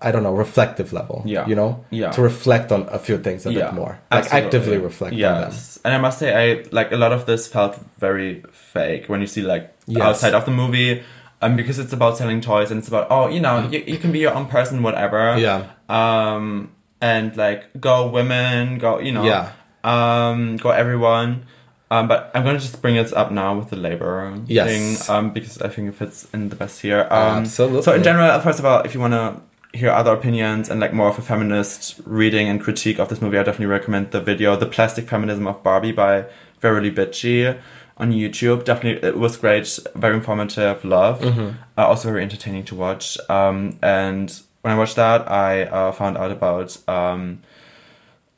S2: I don't know, reflective level.
S1: Yeah.
S2: You know?
S1: Yeah.
S2: To reflect on a few things a bit more. Like
S1: absolutely.
S2: actively reflect on them.
S1: yes and i must say i like a lot of this felt very fake when you see like
S2: Yes.
S1: outside of the movie um because it's about selling toys and it's about oh you know you, you can be your own person whatever
S2: Yeah.
S1: um and like go women go you know
S2: Yeah.
S1: um go everyone um, but I'm gonna just bring it up now with the labor
S2: Yes.
S1: thing, um, because I think it fits in the best here. Um, So
S2: Absolutely.
S1: in general, first of all, if you want to hear other opinions and like more of a feminist reading and critique of this movie, I definitely recommend the video "The Plastic Feminism of Barbie" by Verily Bitchy on YouTube. Definitely, it was great, very informative, love, uh, also very entertaining to watch. Um, and when I watched that, I uh, found out about. Um,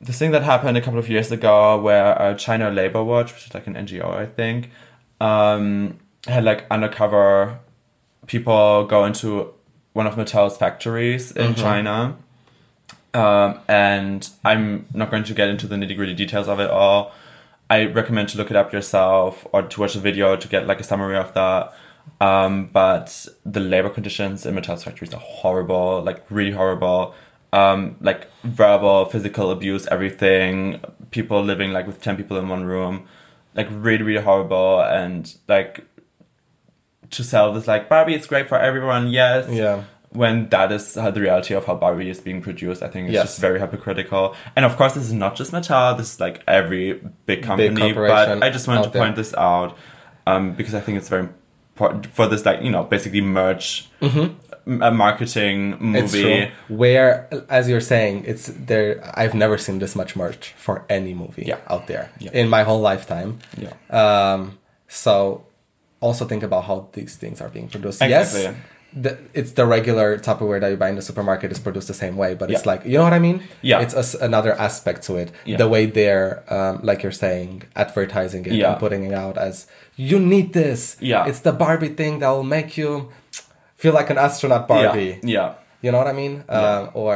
S1: this thing that happened a couple of years ago where uh, China Labor Watch, which is like an NGO, I think, um, had like undercover people go into one of Mattel's factories in China. Um, and I'm not going to get into the nitty gritty details of it all. I recommend to look it up yourself or to watch a video to get like a summary of that. Um, but the labor conditions in Mattel's factories are horrible, like really horrible. Um, like verbal, physical abuse, everything. People living like with ten people in one room, like really, really horrible. And like to sell this like Barbie, it's great for everyone. Yes.
S2: Yeah.
S1: When that is how the reality of how Barbie is being produced, I think it's
S2: Yes.
S1: just very hypocritical. And of course, this is not just Mattel. This is like every big company.
S2: corporation
S1: but I just wanted to
S2: out there.
S1: point this out um, because I think it's very important for this like you know basically merch m- a marketing
S2: Mm-hmm. It's
S1: movie.
S2: true. Where, as you're saying, it's there. I've never seen this much merch for any movie
S1: Yeah.
S2: out there
S1: Yeah.
S2: in my whole lifetime.
S1: Yeah.
S2: Um, so, also think about how these things are being produced. Yes,
S1: Exactly.
S2: the, it's the regular Tupperware that you buy in the supermarket is produced the same way, but it's
S1: Yeah.
S2: like you know what I mean.
S1: Yeah.
S2: it's a s another aspect to it.
S1: Yeah.
S2: The way they're, um, like you're saying, advertising it
S1: Yeah.
S2: and putting it out as you need this.
S1: Yeah.
S2: it's the Barbie thing that will make you feel like an astronaut Barbie.
S1: Yeah.
S2: You know what I mean? Um, or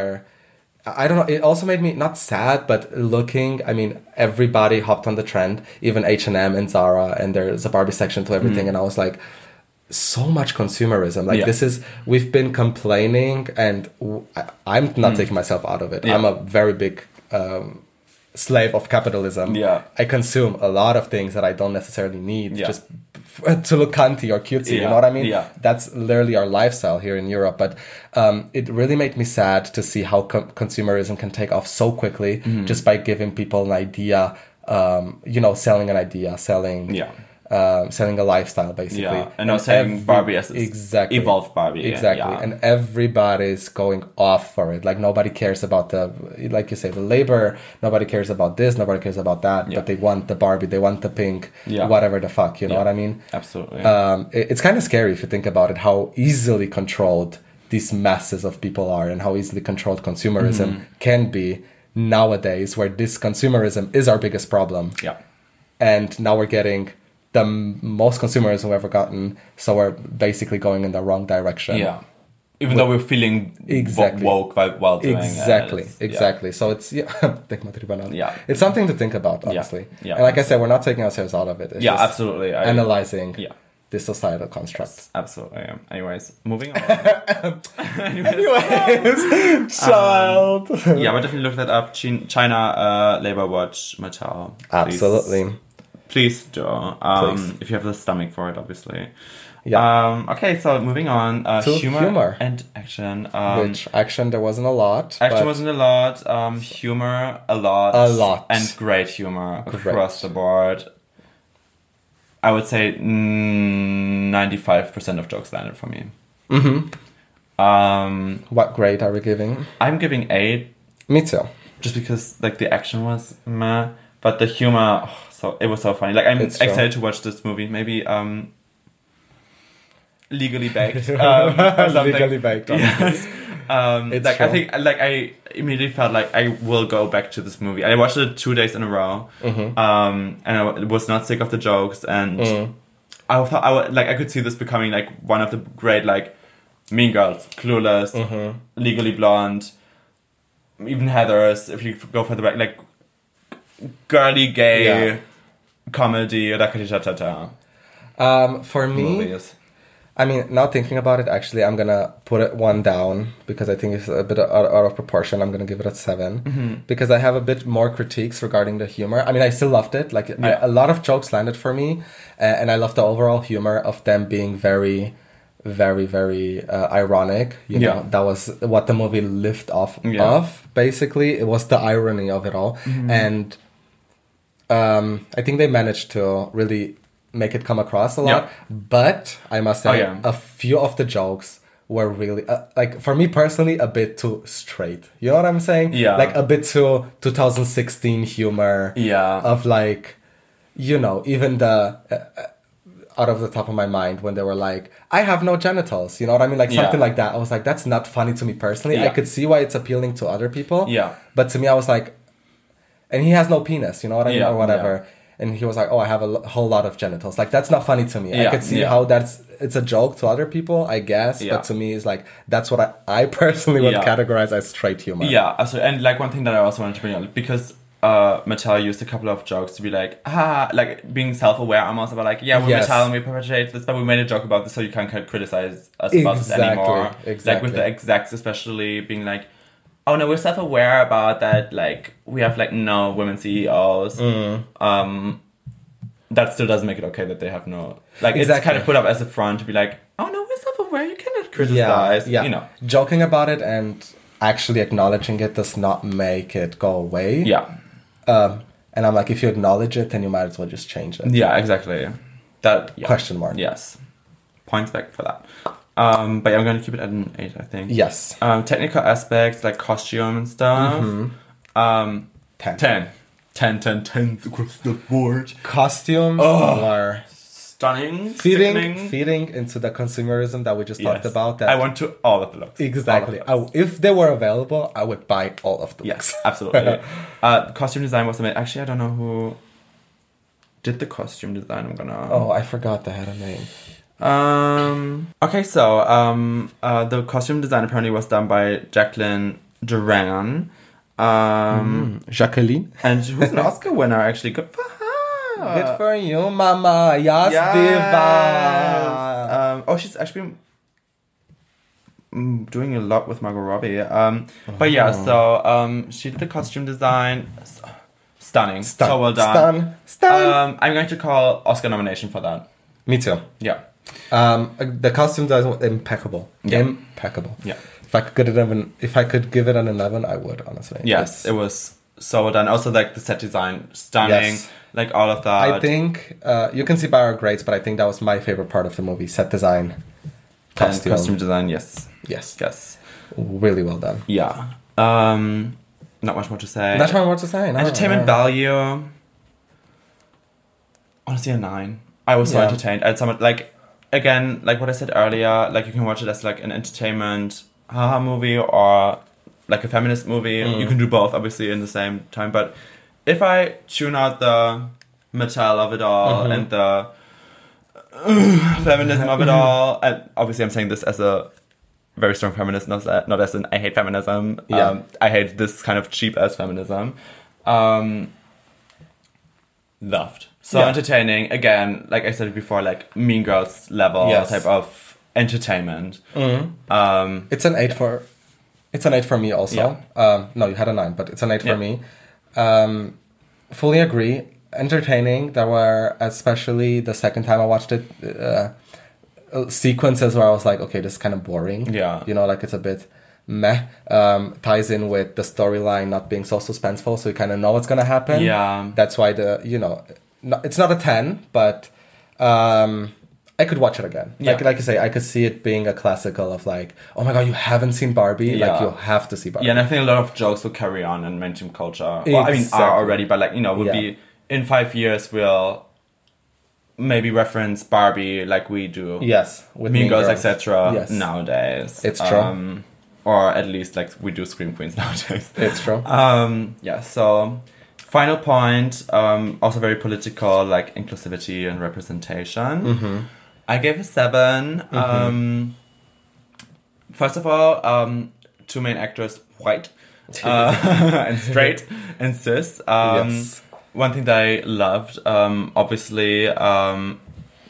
S2: I I don't know. It also made me not sad, but looking. I mean, everybody hopped on the trend, even H and M and Zara, and there's a Barbie section to everything. And I was like, so much consumerism. Like
S1: Mm. Yeah.
S2: this is we've been complaining, and w- I, am not taking myself out of it.
S1: Mm. Yeah.
S2: I'm a very big. Um, slave of capitalism
S1: Yeah.
S2: i consume a lot of things that i don't necessarily need
S1: Yeah.
S2: just f- to look cunty or cutesy you
S1: Yeah.
S2: know what i mean
S1: Yeah.
S2: that's literally our lifestyle here in Europe. But um, it really made me
S1: Mm-hmm.
S2: sad to see how com- consumerism can take off so quickly just by giving people an idea um, you know, selling an idea, selling
S1: Yeah.
S2: um, selling a lifestyle basically.
S1: Yeah, and not saying
S2: ev-
S1: Barbie as it's
S2: exactly
S1: evolved Barbie, yeah,
S2: exactly,
S1: yeah.
S2: and everybody's going off for it. Like nobody cares about the like you say the labor. Nobody cares about this. Nobody cares about that.
S1: Yeah.
S2: But they want the Barbie. They want the pink.
S1: Yeah.
S2: whatever the fuck. You know
S1: Yeah.
S2: what I mean?
S1: Absolutely.
S2: Um, it- it's kind of scary if you think about it. How easily controlled these masses of people are, and how easily controlled consumerism
S1: Mm-hmm.
S2: can be nowadays, where this consumerism is our biggest problem
S1: yeah.
S2: and now we're getting the m- most consumerism we've ever gotten. So we're basically going in the wrong direction.
S1: Yeah. Even though we're feeling wo-
S2: Exactly.
S1: woke while, while doing it,
S2: Exactly.
S1: it's- yeah.
S2: Exactly. So it's yeah, think about it, banana.
S1: Yeah.
S2: It's something to think about, honestly.
S1: Yeah.
S2: And like I said, we're not taking ourselves out of it. It's
S1: Yeah,
S2: just
S1: absolutely. I,
S2: Analyzing
S1: Yeah.
S2: this societal construct.
S1: Absolutely. yeah. Anyways, moving on.
S2: Um, Child.
S1: yeah, but definitely look that up. Chin- China uh, Labor Watch Mattel. Please-
S2: Absolutely.
S1: Please do. Um,
S2: Please.
S1: If you have the stomach for it, obviously.
S2: Yeah.
S1: Um, okay, so moving on. Uh,
S2: To
S1: humor,
S2: humor.
S1: and action. Um,
S2: Which action there wasn't a lot.
S1: Action
S2: but
S1: wasn't a lot. Um, humor a lot.
S2: A lot.
S1: And great humor across the board. I would say mm, ninety-five percent of jokes landed for me. Mm-hmm. Um,
S2: What grade are we giving?
S1: I'm giving eight
S2: Me too.
S1: just because like the action was meh, but the humor oh, so it was so funny. Like I'm
S2: It's true.
S1: excited to watch this movie. Maybe um, legally baked. Um, or something.
S2: Legally baked.
S1: Yes. Um,
S2: It's
S1: like I
S2: true.
S1: think, like I immediately felt like I will go back to this movie. I watched it two days in a row, um, and I w- was not sick of the jokes. And I thought I would, like I could see this becoming like one of the great like Mean Girls, Clueless, Legally Blonde, even Heather's. If you go for the right, like girly gay
S2: Yeah.
S1: comedy, rakatitata
S2: Um, for me,
S1: movies.
S2: I mean, now thinking about it, actually, I'm gonna put it one down because I think it's a bit out, out of proportion. I'm gonna give it a 7
S1: Mm-hmm.
S2: because I have a bit more critiques regarding the humor. I mean, I still loved it. Like I,
S1: Yeah.
S2: a lot of jokes landed for me, uh, and I love the overall humor of them being very, very, very uh, ironic. You
S1: Yeah.
S2: know, that was what the movie lived off
S1: Yeah. Mm-hmm.
S2: of. Basically, it was the irony of it all, and um, I think they managed to really make it come across a lot.
S1: Yeah.
S2: But I must say,
S1: Oh, yeah.
S2: a few of the jokes were really uh, like for me personally a bit too straight. You know what I'm saying?
S1: Yeah.
S2: Like a bit too 2016 humor.
S1: Yeah.
S2: Of like, you know, even the. Uh, uh, out of the top of my mind when they were like i have no genitals you know what i mean like
S1: Yeah.
S2: something like that i was like that's not funny to me personally i
S1: Yeah.
S2: could see why it's appealing to other people
S1: Yeah.
S2: but to me i was like and he has no penis, you know what I mean,
S1: Yeah,
S2: or whatever. And he was like, "Oh, I have a l- whole lot of genitals." Like that's not funny to me. I
S1: Yeah,
S2: could see
S1: yeah.
S2: how that's it's a joke to other people, I guess,
S1: Yeah.
S2: but to me, it's like that's what I, I personally would
S1: Yeah.
S2: categorize as straight humor.
S1: Yeah, absolutely. And like one thing that I also wanted to bring up because uh, Mattel used a couple of jokes to be like, ah, like being self-aware almost about like, yeah, we're
S2: Yes.
S1: Mattel and we perpetrate this, but we made a joke about this, so you can't ca- criticize us about this
S2: Exactly,
S1: anymore. Like
S2: exactly.
S1: with the execs, especially being like, oh no, we're self-aware about that. Like we have like no women CEOs.
S2: Mm.
S1: Um, that still doesn't make it okay that they have no. Like it's
S2: Exactly.
S1: kind of put up as a front to be like, oh no, we're self-aware. You cannot criticize. You know.
S2: Joking about it and actually acknowledging it does not make it go away.
S1: Yeah.
S2: Um, and I'm like, if you acknowledge it, then you might as well just change it.
S1: Yeah, exactly. That yeah.
S2: Question mark.
S1: Yes, points back for that. Um, but yeah, I'm gonna keep it at an eight, I think.
S2: Yes.
S1: Um, technical aspects like costume and stuff.
S2: Mm-hmm.
S1: Um,
S2: Ten.
S1: ten. Ten, ten, ten across the board.
S2: Costumes are
S1: Stunning.
S2: feeding
S1: sickening.
S2: feeding into the consumerism that we just
S1: Yes.
S2: talked about. That
S1: I want to all of the looks.
S2: Exactly.
S1: All of the
S2: I,
S1: looks.
S2: if they were available, I would buy all of them.
S1: yes, absolutely. uh, costume design was amazing. Actually, I don't know who did the costume design. I'm gonna.
S2: Oh, I forgot they had a name.
S1: Um. Okay, so um, uh, the costume design apparently was done by Jacqueline Duran,
S2: Mm.
S1: um,
S2: Hmm. Jacqueline.
S1: and who's an Oscar winner actually. Good for her.
S2: Good for you, mama. Yes,
S1: Yes.
S2: diva.
S1: Um, oh, she's actually mm, doing a lot with Margot Robbie. Um, but yeah,
S2: Oh.
S1: so um, she did the costume design. S- Stunning.
S2: Stun,
S1: So well done.
S2: Stun. Stun.
S1: Um, I'm going to call Oscar nomination for that.
S2: Me too.
S1: Yeah.
S2: Um, the costume design was impeccable.
S1: Yeah.
S2: Impeccable.
S1: Yeah.
S2: If I could give it an if I could give it an eleven, I would honestly.
S1: Yes,
S2: It's-
S1: it was so well done. Also, like the set design, stunning.
S2: Yes.
S1: Like all of that.
S2: I think uh, you can see by our grades, but I think that was my favorite part of the movie: set design,
S1: And
S2: costume.
S1: costume design. Yes.
S2: Yes,
S1: Yes.
S2: really well done.
S1: Yeah. Um, not much more to say.
S2: That's what I want to say. no,
S1: Entertainment
S2: no.
S1: value. Honestly, a nine. I was so
S2: Yeah.
S1: entertained. And some like, again, like what I said earlier, like you can watch it as like an entertainment haha movie or like a feminist movie.
S2: Mm.
S1: You can do both, obviously, in the same time. But if I tune out the metal of it
S2: Mm-hmm.
S1: all and the feminism of it
S2: Mm-hmm.
S1: all, and obviously, I'm saying this as a very strong feminist, not as, not as in I hate feminism.
S2: Yeah.
S1: Um, I hate this kind of cheap ass feminism. Um, loved. So
S2: Yeah.
S1: entertaining. Again, like I said before, like Mean Girls level
S2: Yes. Mm.
S1: type of entertainment.
S2: Mm-hmm.
S1: Um,
S2: It's an eight for. It's an eight for me also. Um, no, you had a nine, but it's an eight
S1: Yeah.
S2: for me. Um, fully agree. Entertaining. There were especially the second time I watched it. Uh, uh, sequences where I was like, okay, this is kind of boring.
S1: Yeah.
S2: You know, like it's a bit meh. Um, ties in with the storyline not being so suspenseful, so you kind of know what's gonna happen.
S1: Yeah.
S2: That's why the you know, no- it's not a ten, but um, I could watch it again. Like
S1: Yeah.
S2: like you say, I could see it being a classical of like, oh my god, you haven't seen Barbie, like
S1: Yeah.
S2: you have to see Barbie.
S1: yeah, and I think a lot of jokes will carry on in mainstream culture. Well, I mean,
S2: Exactly.
S1: are already, but like you know, will
S2: Yeah.
S1: be in five years we'll maybe reference Barbie like we do.
S2: yes, with
S1: Mean Girls,
S2: Girls.
S1: etc.
S2: Yes.
S1: Nowadays,
S2: It's true.
S1: Um, or at least like we do Scream Queens nowadays.
S2: It's true.
S1: Um, yeah. So, final point. Um, also very political, like inclusivity and representation.
S2: Mm-hmm.
S1: I gave a 7 Um, first of all, um, two main actors white uh, and straight and cis. Um,
S2: Yes.
S1: One thing that I loved, um, obviously, um,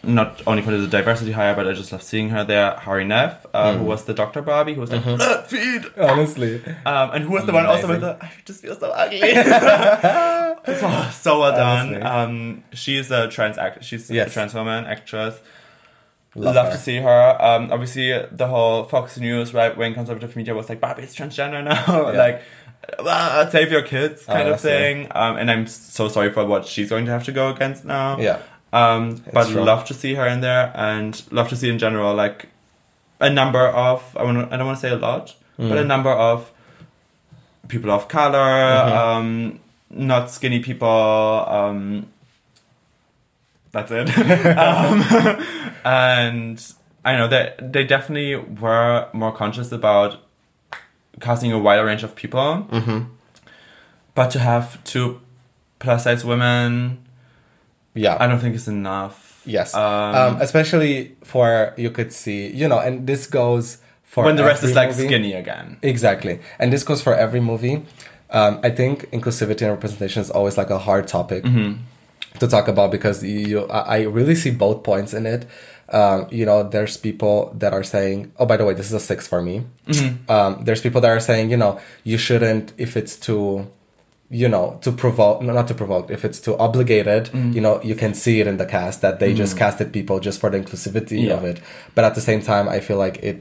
S1: not only for the diversity hire, but I just love seeing her there. Hari Neff, uh,
S2: Mm-hmm.
S1: who was the Dr. Barbie, who was like, "Blood feed!
S2: Honestly,
S1: Um, and who was the one also with
S2: Mm-hmm. Amazing.
S1: the I just feel so ugly. so, so well
S2: Honestly.
S1: done. Um, she's a trans act. She's a
S2: Yes.
S1: trans woman actress.
S2: Love
S1: Love,
S2: her.
S1: to see her. Um, obviously the whole Fox News right wing conservative media was like Barbie is transgender now.
S2: Yeah. Oh,
S1: like. "Ah, save your kids, kind of
S2: Honestly.
S1: thing, um, and I'm so sorry for what she's going to have to go against now.
S2: yeah,
S1: Um, but
S2: true.
S1: love to see her in there, and love to see in general like a number of I want I don't want to say a lot, but a number of people of color, um, not skinny people. Um, that's it. um, and I know that they definitely were more conscious about casting a wider range of people, but to have two plus size women.
S2: yeah.
S1: I don't think it's enough.
S2: Yes.
S1: Um,
S2: Um, especially for you could see, you know, and this goes for
S1: when the rest is
S2: every
S1: like
S2: movie.
S1: skinny again.
S2: Exactly, and this goes for every movie. Um, I think inclusivity and representation is always like a hard topic
S1: Mm-hmm.
S2: to talk about because you, you I I really see both points in it. Um, you know, there's people that are saying, "Oh, by the way, this is a six for me."
S1: Mm-hmm.
S2: Um, there's people that are saying, you know, you shouldn't if it's too, you know, to provoke, no, not to provoke, if it's too obligated.
S1: Mm-hmm.
S2: You know, you can see it in the cast that they just casted people just for the inclusivity of
S1: Yeah.
S2: it. But at the same time, I feel like it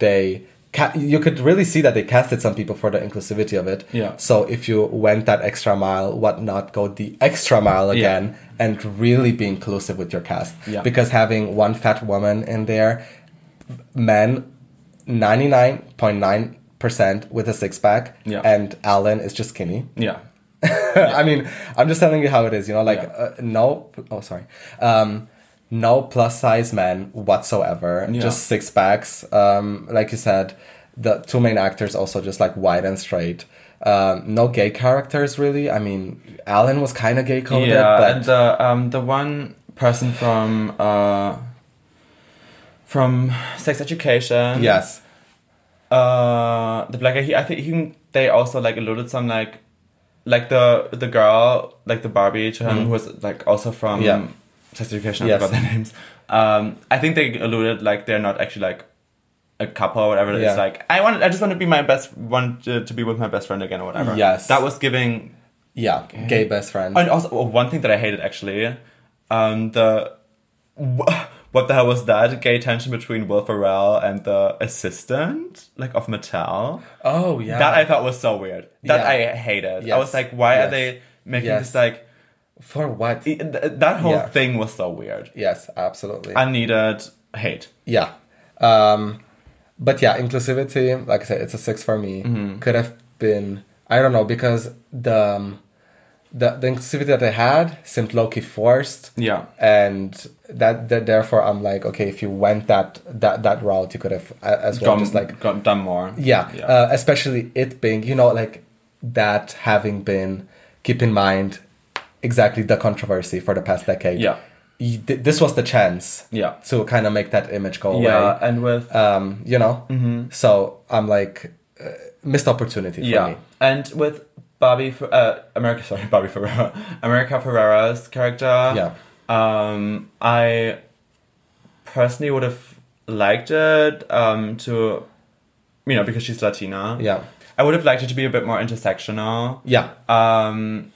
S2: they. Ca- you could really see that they casted some people for the inclusivity of it.
S1: Yeah.
S2: So if you went that extra mile, whatnot, go the extra mile
S1: Yeah.
S2: again and really be inclusive with your cast.
S1: Yeah.
S2: Because having one fat woman in there, men, 99.9% with a six pack,
S1: Yeah.
S2: and Alan is just skinny.
S1: Yeah.
S2: I mean, I'm just telling you how it is, you know, like
S1: Yeah.
S2: uh, no, oh, sorry. Um, no plus size men whatsoever,
S1: Yeah.
S2: just six packs. Um, like you said, the two main actors also just like white and straight. Um, no gay characters really. I mean, Alan was kind of gay coded,
S1: yeah.
S2: but
S1: and the um the one person from uh from sex education.
S2: yes,
S1: Uh the black guy he I think he they also like alluded some like like the the girl, like the Barbie to him who was like also from
S2: Mm-hmm. Yeah.
S1: sex education, I
S2: Yes.
S1: forgot their names. Um I think they alluded like they're not actually like a couple or whatever
S2: Yeah.
S1: it's like I want I just want to be my best one to, to be with my best friend again or whatever.
S2: Yes.
S1: That was giving
S2: yeah, gay best friend.
S1: and also, oh, one thing that I hated actually, um, the wh- what the hell was that gay tension between Will Ferrell and the assistant, like of Mattel?
S2: Oh yeah.
S1: That I thought was so weird. That
S2: Yeah.
S1: I hated. I
S2: Yes.
S1: was like, why
S2: Yes.
S1: are they making
S2: Yes.
S1: this like?
S2: For what?
S1: th- That whole
S2: Yeah.
S1: thing was so weird.
S2: Yes, absolutely.
S1: I needed hate.
S2: yeah. Um, but yeah, inclusivity, like I said, it's a six for me.
S1: Mm-hmm.
S2: Could have been, I don't know, because the, um, the, the inclusivity that I had seemed low key forced.
S1: Yeah.
S2: And that, that therefore I'm like, okay, if you went that, that, that route, you could have a- as well
S1: Gone-
S2: just like
S1: gone- done more.
S2: yeah, Uh, especially it being you know like that having been keep in mind exactly the controversy for the past decade
S1: Yeah.
S2: you, th- this was the chance
S1: Yeah.
S2: to kind of make that image go
S1: yeah,
S2: away
S1: and with
S2: um you know so i'm like uh, missed opportunity for
S1: yeah,
S2: me
S1: and with Bobby, Fer- uh, America, sorry, Bobby Ferrera, America Ferrera's character.
S2: Yeah.
S1: um, I personally would have liked it um, to, you know, because she's Latina.
S2: yeah
S1: I would have liked it to be a bit more intersectional.
S2: yeah
S1: Um,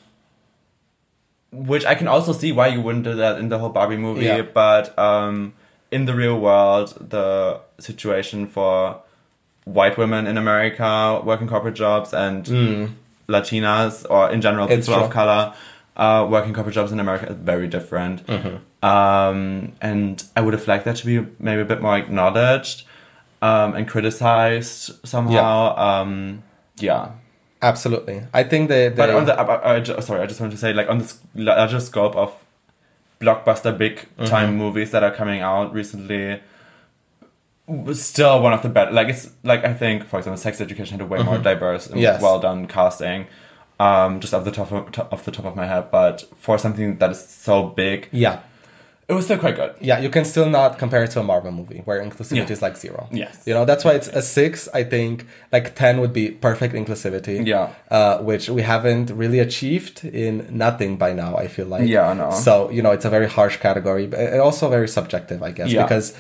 S1: which I can also see why you wouldn't do that in the whole Barbie movie,
S2: Yeah.
S1: but um, in the real world, the situation for white women in America working corporate jobs and Latinas or in general
S2: Hmm. It's
S1: people of
S2: true.
S1: color uh, working corporate jobs in America is very different.
S2: Mm-hmm.
S1: Um, and I would have liked that to be maybe a bit more acknowledged um, and criticized somehow. Um, yeah.
S2: absolutely i think they, they
S1: But on the, I, I, I ju- sorry, I just wanted to say, like, on the s- larger scope of blockbuster big
S2: Mm-hmm.
S1: time movies that are coming out recently, w- still one of the better. Like, it's like, I think, for example, Sex Education had a way more diverse and
S2: Mm-hmm. Yes.
S1: well done casting, um, just off the, top of, to- off the top of my head. But for something that is so big,
S2: yeah
S1: it was still quite good.
S2: yeah, you can still not compare it to a Marvel movie where inclusivity
S1: Yeah.
S2: is like zero.
S1: Yes.
S2: You know, that's why it's a six, I think. Like 10 would be perfect inclusivity.
S1: Yeah.
S2: Uh, which we haven't really achieved in nothing by now, I feel like.
S1: Yeah, I know.
S2: So, you know, it's a very harsh category, but it- also very subjective, I guess,
S1: Yeah.
S2: because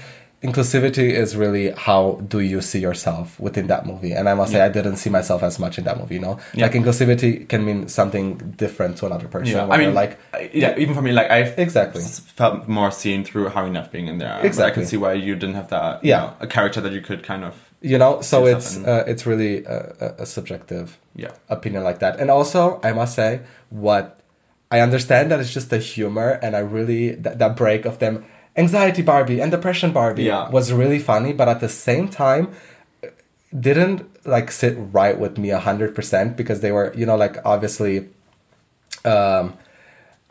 S2: inclusivity is really how do you see yourself within that movie. And I must say, I didn't see myself as much in that movie, you know? Like, inclusivity can mean something different to another person.
S1: Yeah,
S2: where
S1: I
S2: you're
S1: mean,
S2: like,
S1: like, yeah, even for me, like, I
S2: Exactly.
S1: felt more seen through Harry Neff being in there. But I
S2: Exactly.
S1: can see why you didn't have that,
S2: Yeah.
S1: yeah, a character that you could kind of,
S2: you know so
S1: Yes,
S2: it's
S1: often.
S2: uh, it's really a, a- a subjective
S1: Yeah.
S2: opinion like that and also i must say what i understand that it's just the humor and i really that, that break of them anxiety barbie and depression barbie
S1: Yeah.
S2: was really funny but at the same time uh, didn't like sit right with me 100% because they were you know like obviously um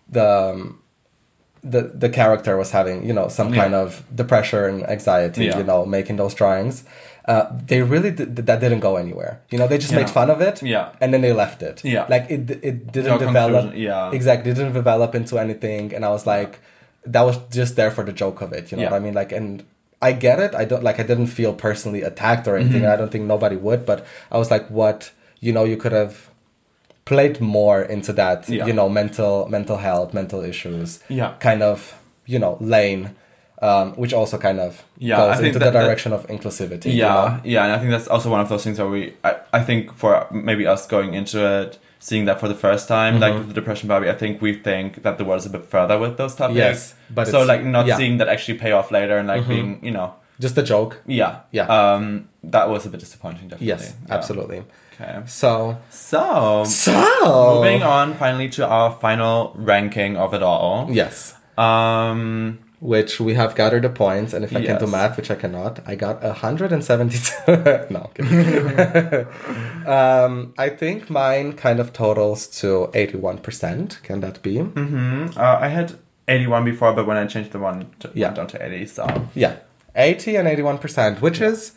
S2: the um, the the character was having you know some kind
S1: Yeah.
S2: of depression and anxiety
S1: Yeah.
S2: you know making those drawings uh, they really did, that didn't go anywhere you know they just made
S1: Yeah.
S2: fun of it
S1: Yeah.
S2: and then they left it
S1: Yeah.
S2: like it it didn't
S1: No
S2: develop
S1: conclusion, yeah.
S2: exactly didn't develop into anything and i was like that was just there for the joke of it you know
S1: Yeah.
S2: what i mean like and i get it i don't like i didn't feel personally attacked or
S1: Mm-hmm.
S2: anything and i don't think nobody would but i was like what you know you could have played more into that
S1: Yeah.
S2: you know mental mental health mental issues
S1: Yeah.
S2: kind of you know lane um, which also kind of
S1: Yeah, I
S2: goes
S1: think
S2: into
S1: that-
S2: the
S1: that-
S2: direction of inclusivity you
S1: yeah,
S2: know?
S1: yeah, and I think that's also one of those things where we, I, I think for maybe us going into it, seeing that for the first time, like
S2: Mm-hmm.
S1: with the Depression Barbie, I think we think that the world is a bit further with those topics.
S2: Yes, but
S1: so
S2: it's-
S1: like not
S2: yeah.
S1: seeing that actually pay off later and like being, you know,
S2: just a joke
S1: yeah,
S2: Yeah.
S1: um, that was a bit disappointing, definitely.
S2: yes
S1: Yeah.
S2: absolutely
S1: Okay,
S2: so
S1: so
S2: so
S1: moving on finally to our final ranking of it all.
S2: yes
S1: Um,
S2: which we have gathered the points and if i can do
S1: Yes.
S2: math which i cannot i got 172 no kidding. um, i think mine kind of totals to 81% can that be
S1: uh, I had 81 before, but when I changed the one, to,
S2: Yeah.
S1: down to 80, so.
S2: Yeah. 80 and 81%, which is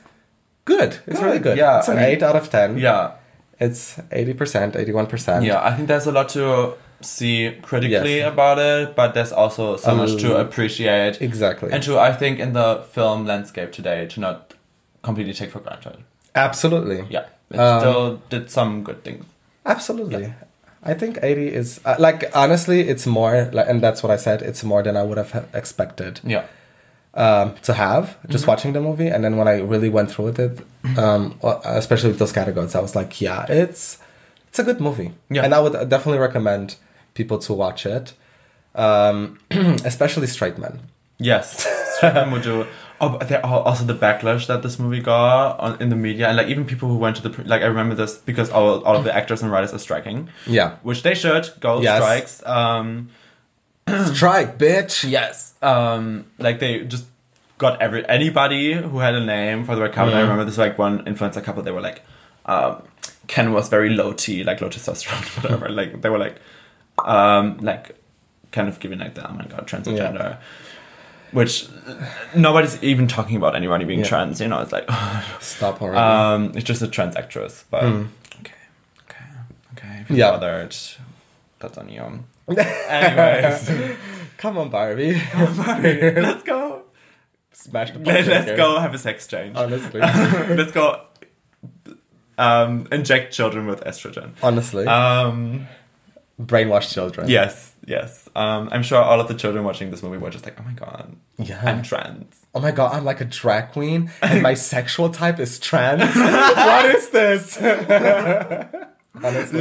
S2: good. It's
S1: Good,
S2: really good.
S1: yeah,
S2: It's an
S1: I mean-
S2: 8 out of 10.
S1: Yeah,
S2: It's 80%, 81%.
S1: yeah. I think there's a lot to see critically
S2: Yes.
S1: about it, but there's also so much to
S2: Um,
S1: appreciate
S2: Exactly.
S1: and to I think in the film landscape today to not completely take for granted.
S2: Absolutely.
S1: Yeah, it
S2: Um,
S1: still did some good things.
S2: Absolutely. I think 80 is uh, like honestly it's more like and that's what I said it's more than I would have ha- expected
S1: Yeah, Mm-hmm.
S2: um, to have just watching the movie and then when I really went through with it um, uh, especially with those categories I was like yeah it's it's a good movie
S1: Yeah.
S2: and I would uh, definitely recommend people to watch it um, especially straight men
S1: yes, Sweden would do. Oh, but there are also the backlash that this movie got on, in the media, and like even people who went to the pre- like I remember this because all, all of the actors and writers are striking,
S2: Yeah.
S1: which they should go
S2: Yes.
S1: strikes. Um,
S2: Strike, bitch.
S1: yes, um, like they just got every anybody who had a name for their
S2: Mm.
S1: account. I remember this like one influencer couple. They were like, um, Ken was very low T, like low testosterone,
S2: Mm.
S1: whatever. like they were like, um, like kind of giving like the oh my god transgender. Which nobody's even talking about anybody being
S2: Yeah.
S1: trans, you know. It's like,
S2: Stop already.
S1: um, it's just a trans actress, but okay, okay, okay. If you're
S2: Hmm. Yeah.
S1: bothered, that's on you. Uh, Anyways,
S2: Come on, Barbie.
S1: let's go.
S2: Smash the
S1: Let,
S2: popcorn.
S1: us go have a sex change.
S2: Honestly.
S1: let's go. Um, inject children with estrogen.
S2: Honestly.
S1: Um,
S2: Brainwash children.
S1: yes, yes. Um, I'm sure all of the children watching this movie were just like, oh my god,
S2: Yeah.
S1: I'm trans.
S2: oh my god, I'm like a drag queen and my sexual type is trans. what is this? Honestly.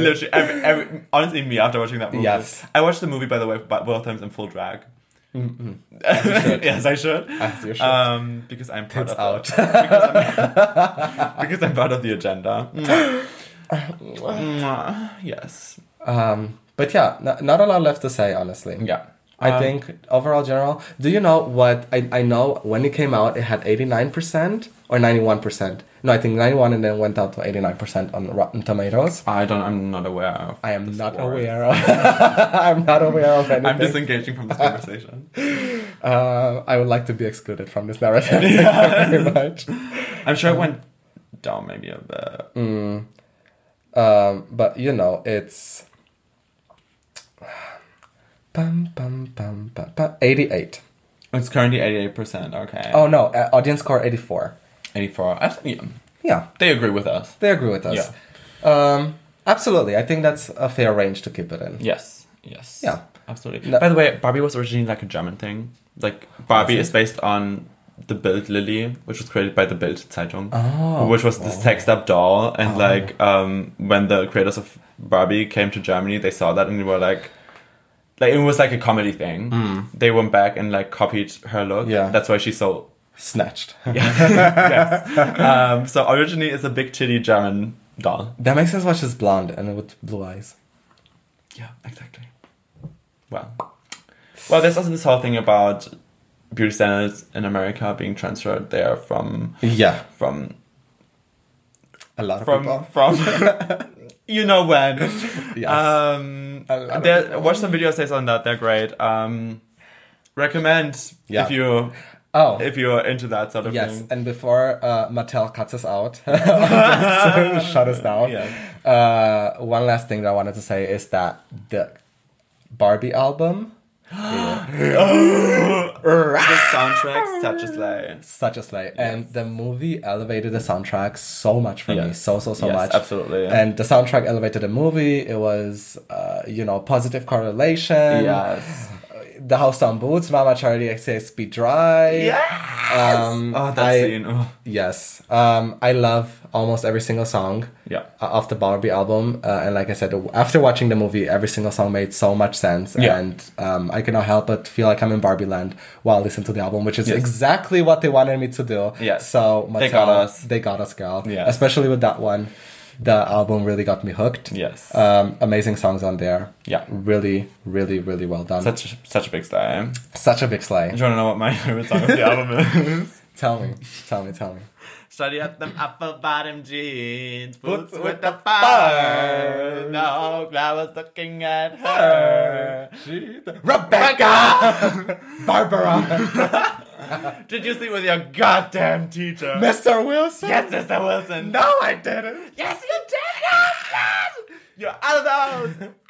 S1: Literally, every, every, honestly, me after watching that movie.
S2: Yes.
S1: I watched the movie by the way, but both times in full drag.
S2: Mm-hmm. should.
S1: yes, I should.
S2: As you should.
S1: Um, because I'm part
S2: Tits
S1: of the- because, I'm, because I'm part of the agenda. Mwah. Mwah. yes.
S2: Um, but yeah, no, not a lot left to say, honestly.
S1: Yeah.
S2: I
S1: Um,
S2: think overall general. Do you know what I, I know when it came out it had 89% or 91%. No, I think 91 and then went up to 89% on Rotten Tomatoes.
S1: I don't. I'm not aware. Of
S2: I am
S1: the
S2: not
S1: score.
S2: aware of I'm not aware of anything.
S1: I'm disengaging from this conversation.
S2: Uh, I would like to be excluded from this narrative. Thank you very much.
S1: I'm sure it went down maybe a bit.
S2: Um, but you know, it's bum, bum, bum, bum, bum, 88.
S1: It's currently 88. percent Okay.
S2: Oh no, uh, audience score 84.
S1: 84. I think yeah,
S2: Yeah,
S1: they agree with us.
S2: they agree with us. Um, absolutely, I think that's a fair range to keep it in.
S1: Yes. Yes.
S2: Yeah.
S1: Absolutely.
S2: No-
S1: By the way, Barbie was originally like a German thing. Like Barbie
S2: Was
S1: is based on the Bild Lily, which was created by the Bild Zeitung,
S2: Oh.
S1: which was this text up doll. And like um, when the creators of Barbie came to Germany, they saw that and they were like, like it was like a comedy thing. They went back and like copied her look.
S2: Hmm. Yeah.
S1: That's why she's so
S2: Snatched.
S1: yes. Um, so originally, it's a big titty German doll.
S2: that makes sense why she's blonde and with blue eyes.
S1: Yeah, exactly. Well, well, there's also this whole thing about beauty standards in America being transferred there from
S2: Yeah,
S1: from
S2: a lot of
S1: from
S2: people.
S1: from. you know when.
S2: Yes.
S1: Um,
S2: A lot of
S1: there,
S2: people.
S1: watch some video essays on that. They're great. Um, recommend
S2: Yeah.
S1: if you
S2: oh,
S1: if you're into that sort of
S2: Yes,
S1: thing.
S2: and before uh, Mattel cuts us out, shut us down.
S1: Yes.
S2: Uh, one last thing that I wanted to say is that the Barbie album,
S1: The soundtrack, such as like.
S2: such as like, and the movie elevated the soundtrack so much for me,
S1: Yes.
S2: so so so
S1: Yes,
S2: much,
S1: absolutely.
S2: And the soundtrack elevated the movie. It was, uh, you know, positive correlation.
S1: Yes.
S2: The House on Boots, Mama Charlie XCX Be Dry. Um,
S1: Oh, that
S2: I-
S1: scene. Oh.
S2: Yes. Um, I love almost every single song.
S1: Yeah.
S2: uh, of the Barbie album, uh, and like I said, after watching the movie, every single song made so much sense,
S1: Yeah.
S2: and um, I cannot help but feel like I'm in Barbie land while I listen to the album, which is
S1: Yes.
S2: exactly what they wanted me to do.
S1: Yes.
S2: So Mattel,
S1: They got us.
S2: They got us, girl.
S1: Yeah.
S2: Especially with that one, the album really got me hooked.
S1: Yes.
S2: Um, amazing songs on there.
S1: Yeah.
S2: Really, really, really well done. Such,
S1: Such such a big style.
S2: a big
S1: Do
S2: sleigh.
S1: you want to know what my favorite song of the album is?
S2: Tell me, tell me, tell me.
S1: Study up them upper bottom jeans,
S2: Boots
S1: boots
S2: with
S1: with the
S2: fur.
S1: fur. No, I was looking at her.
S2: Rebecca, Barbara,
S1: Did you sleep with your goddamn teacher?
S2: Mr. Wilson.
S1: yes, Mr. Wilson.
S2: No, I didn't.
S1: Yes, you did. Yes, yes. You're out of the house.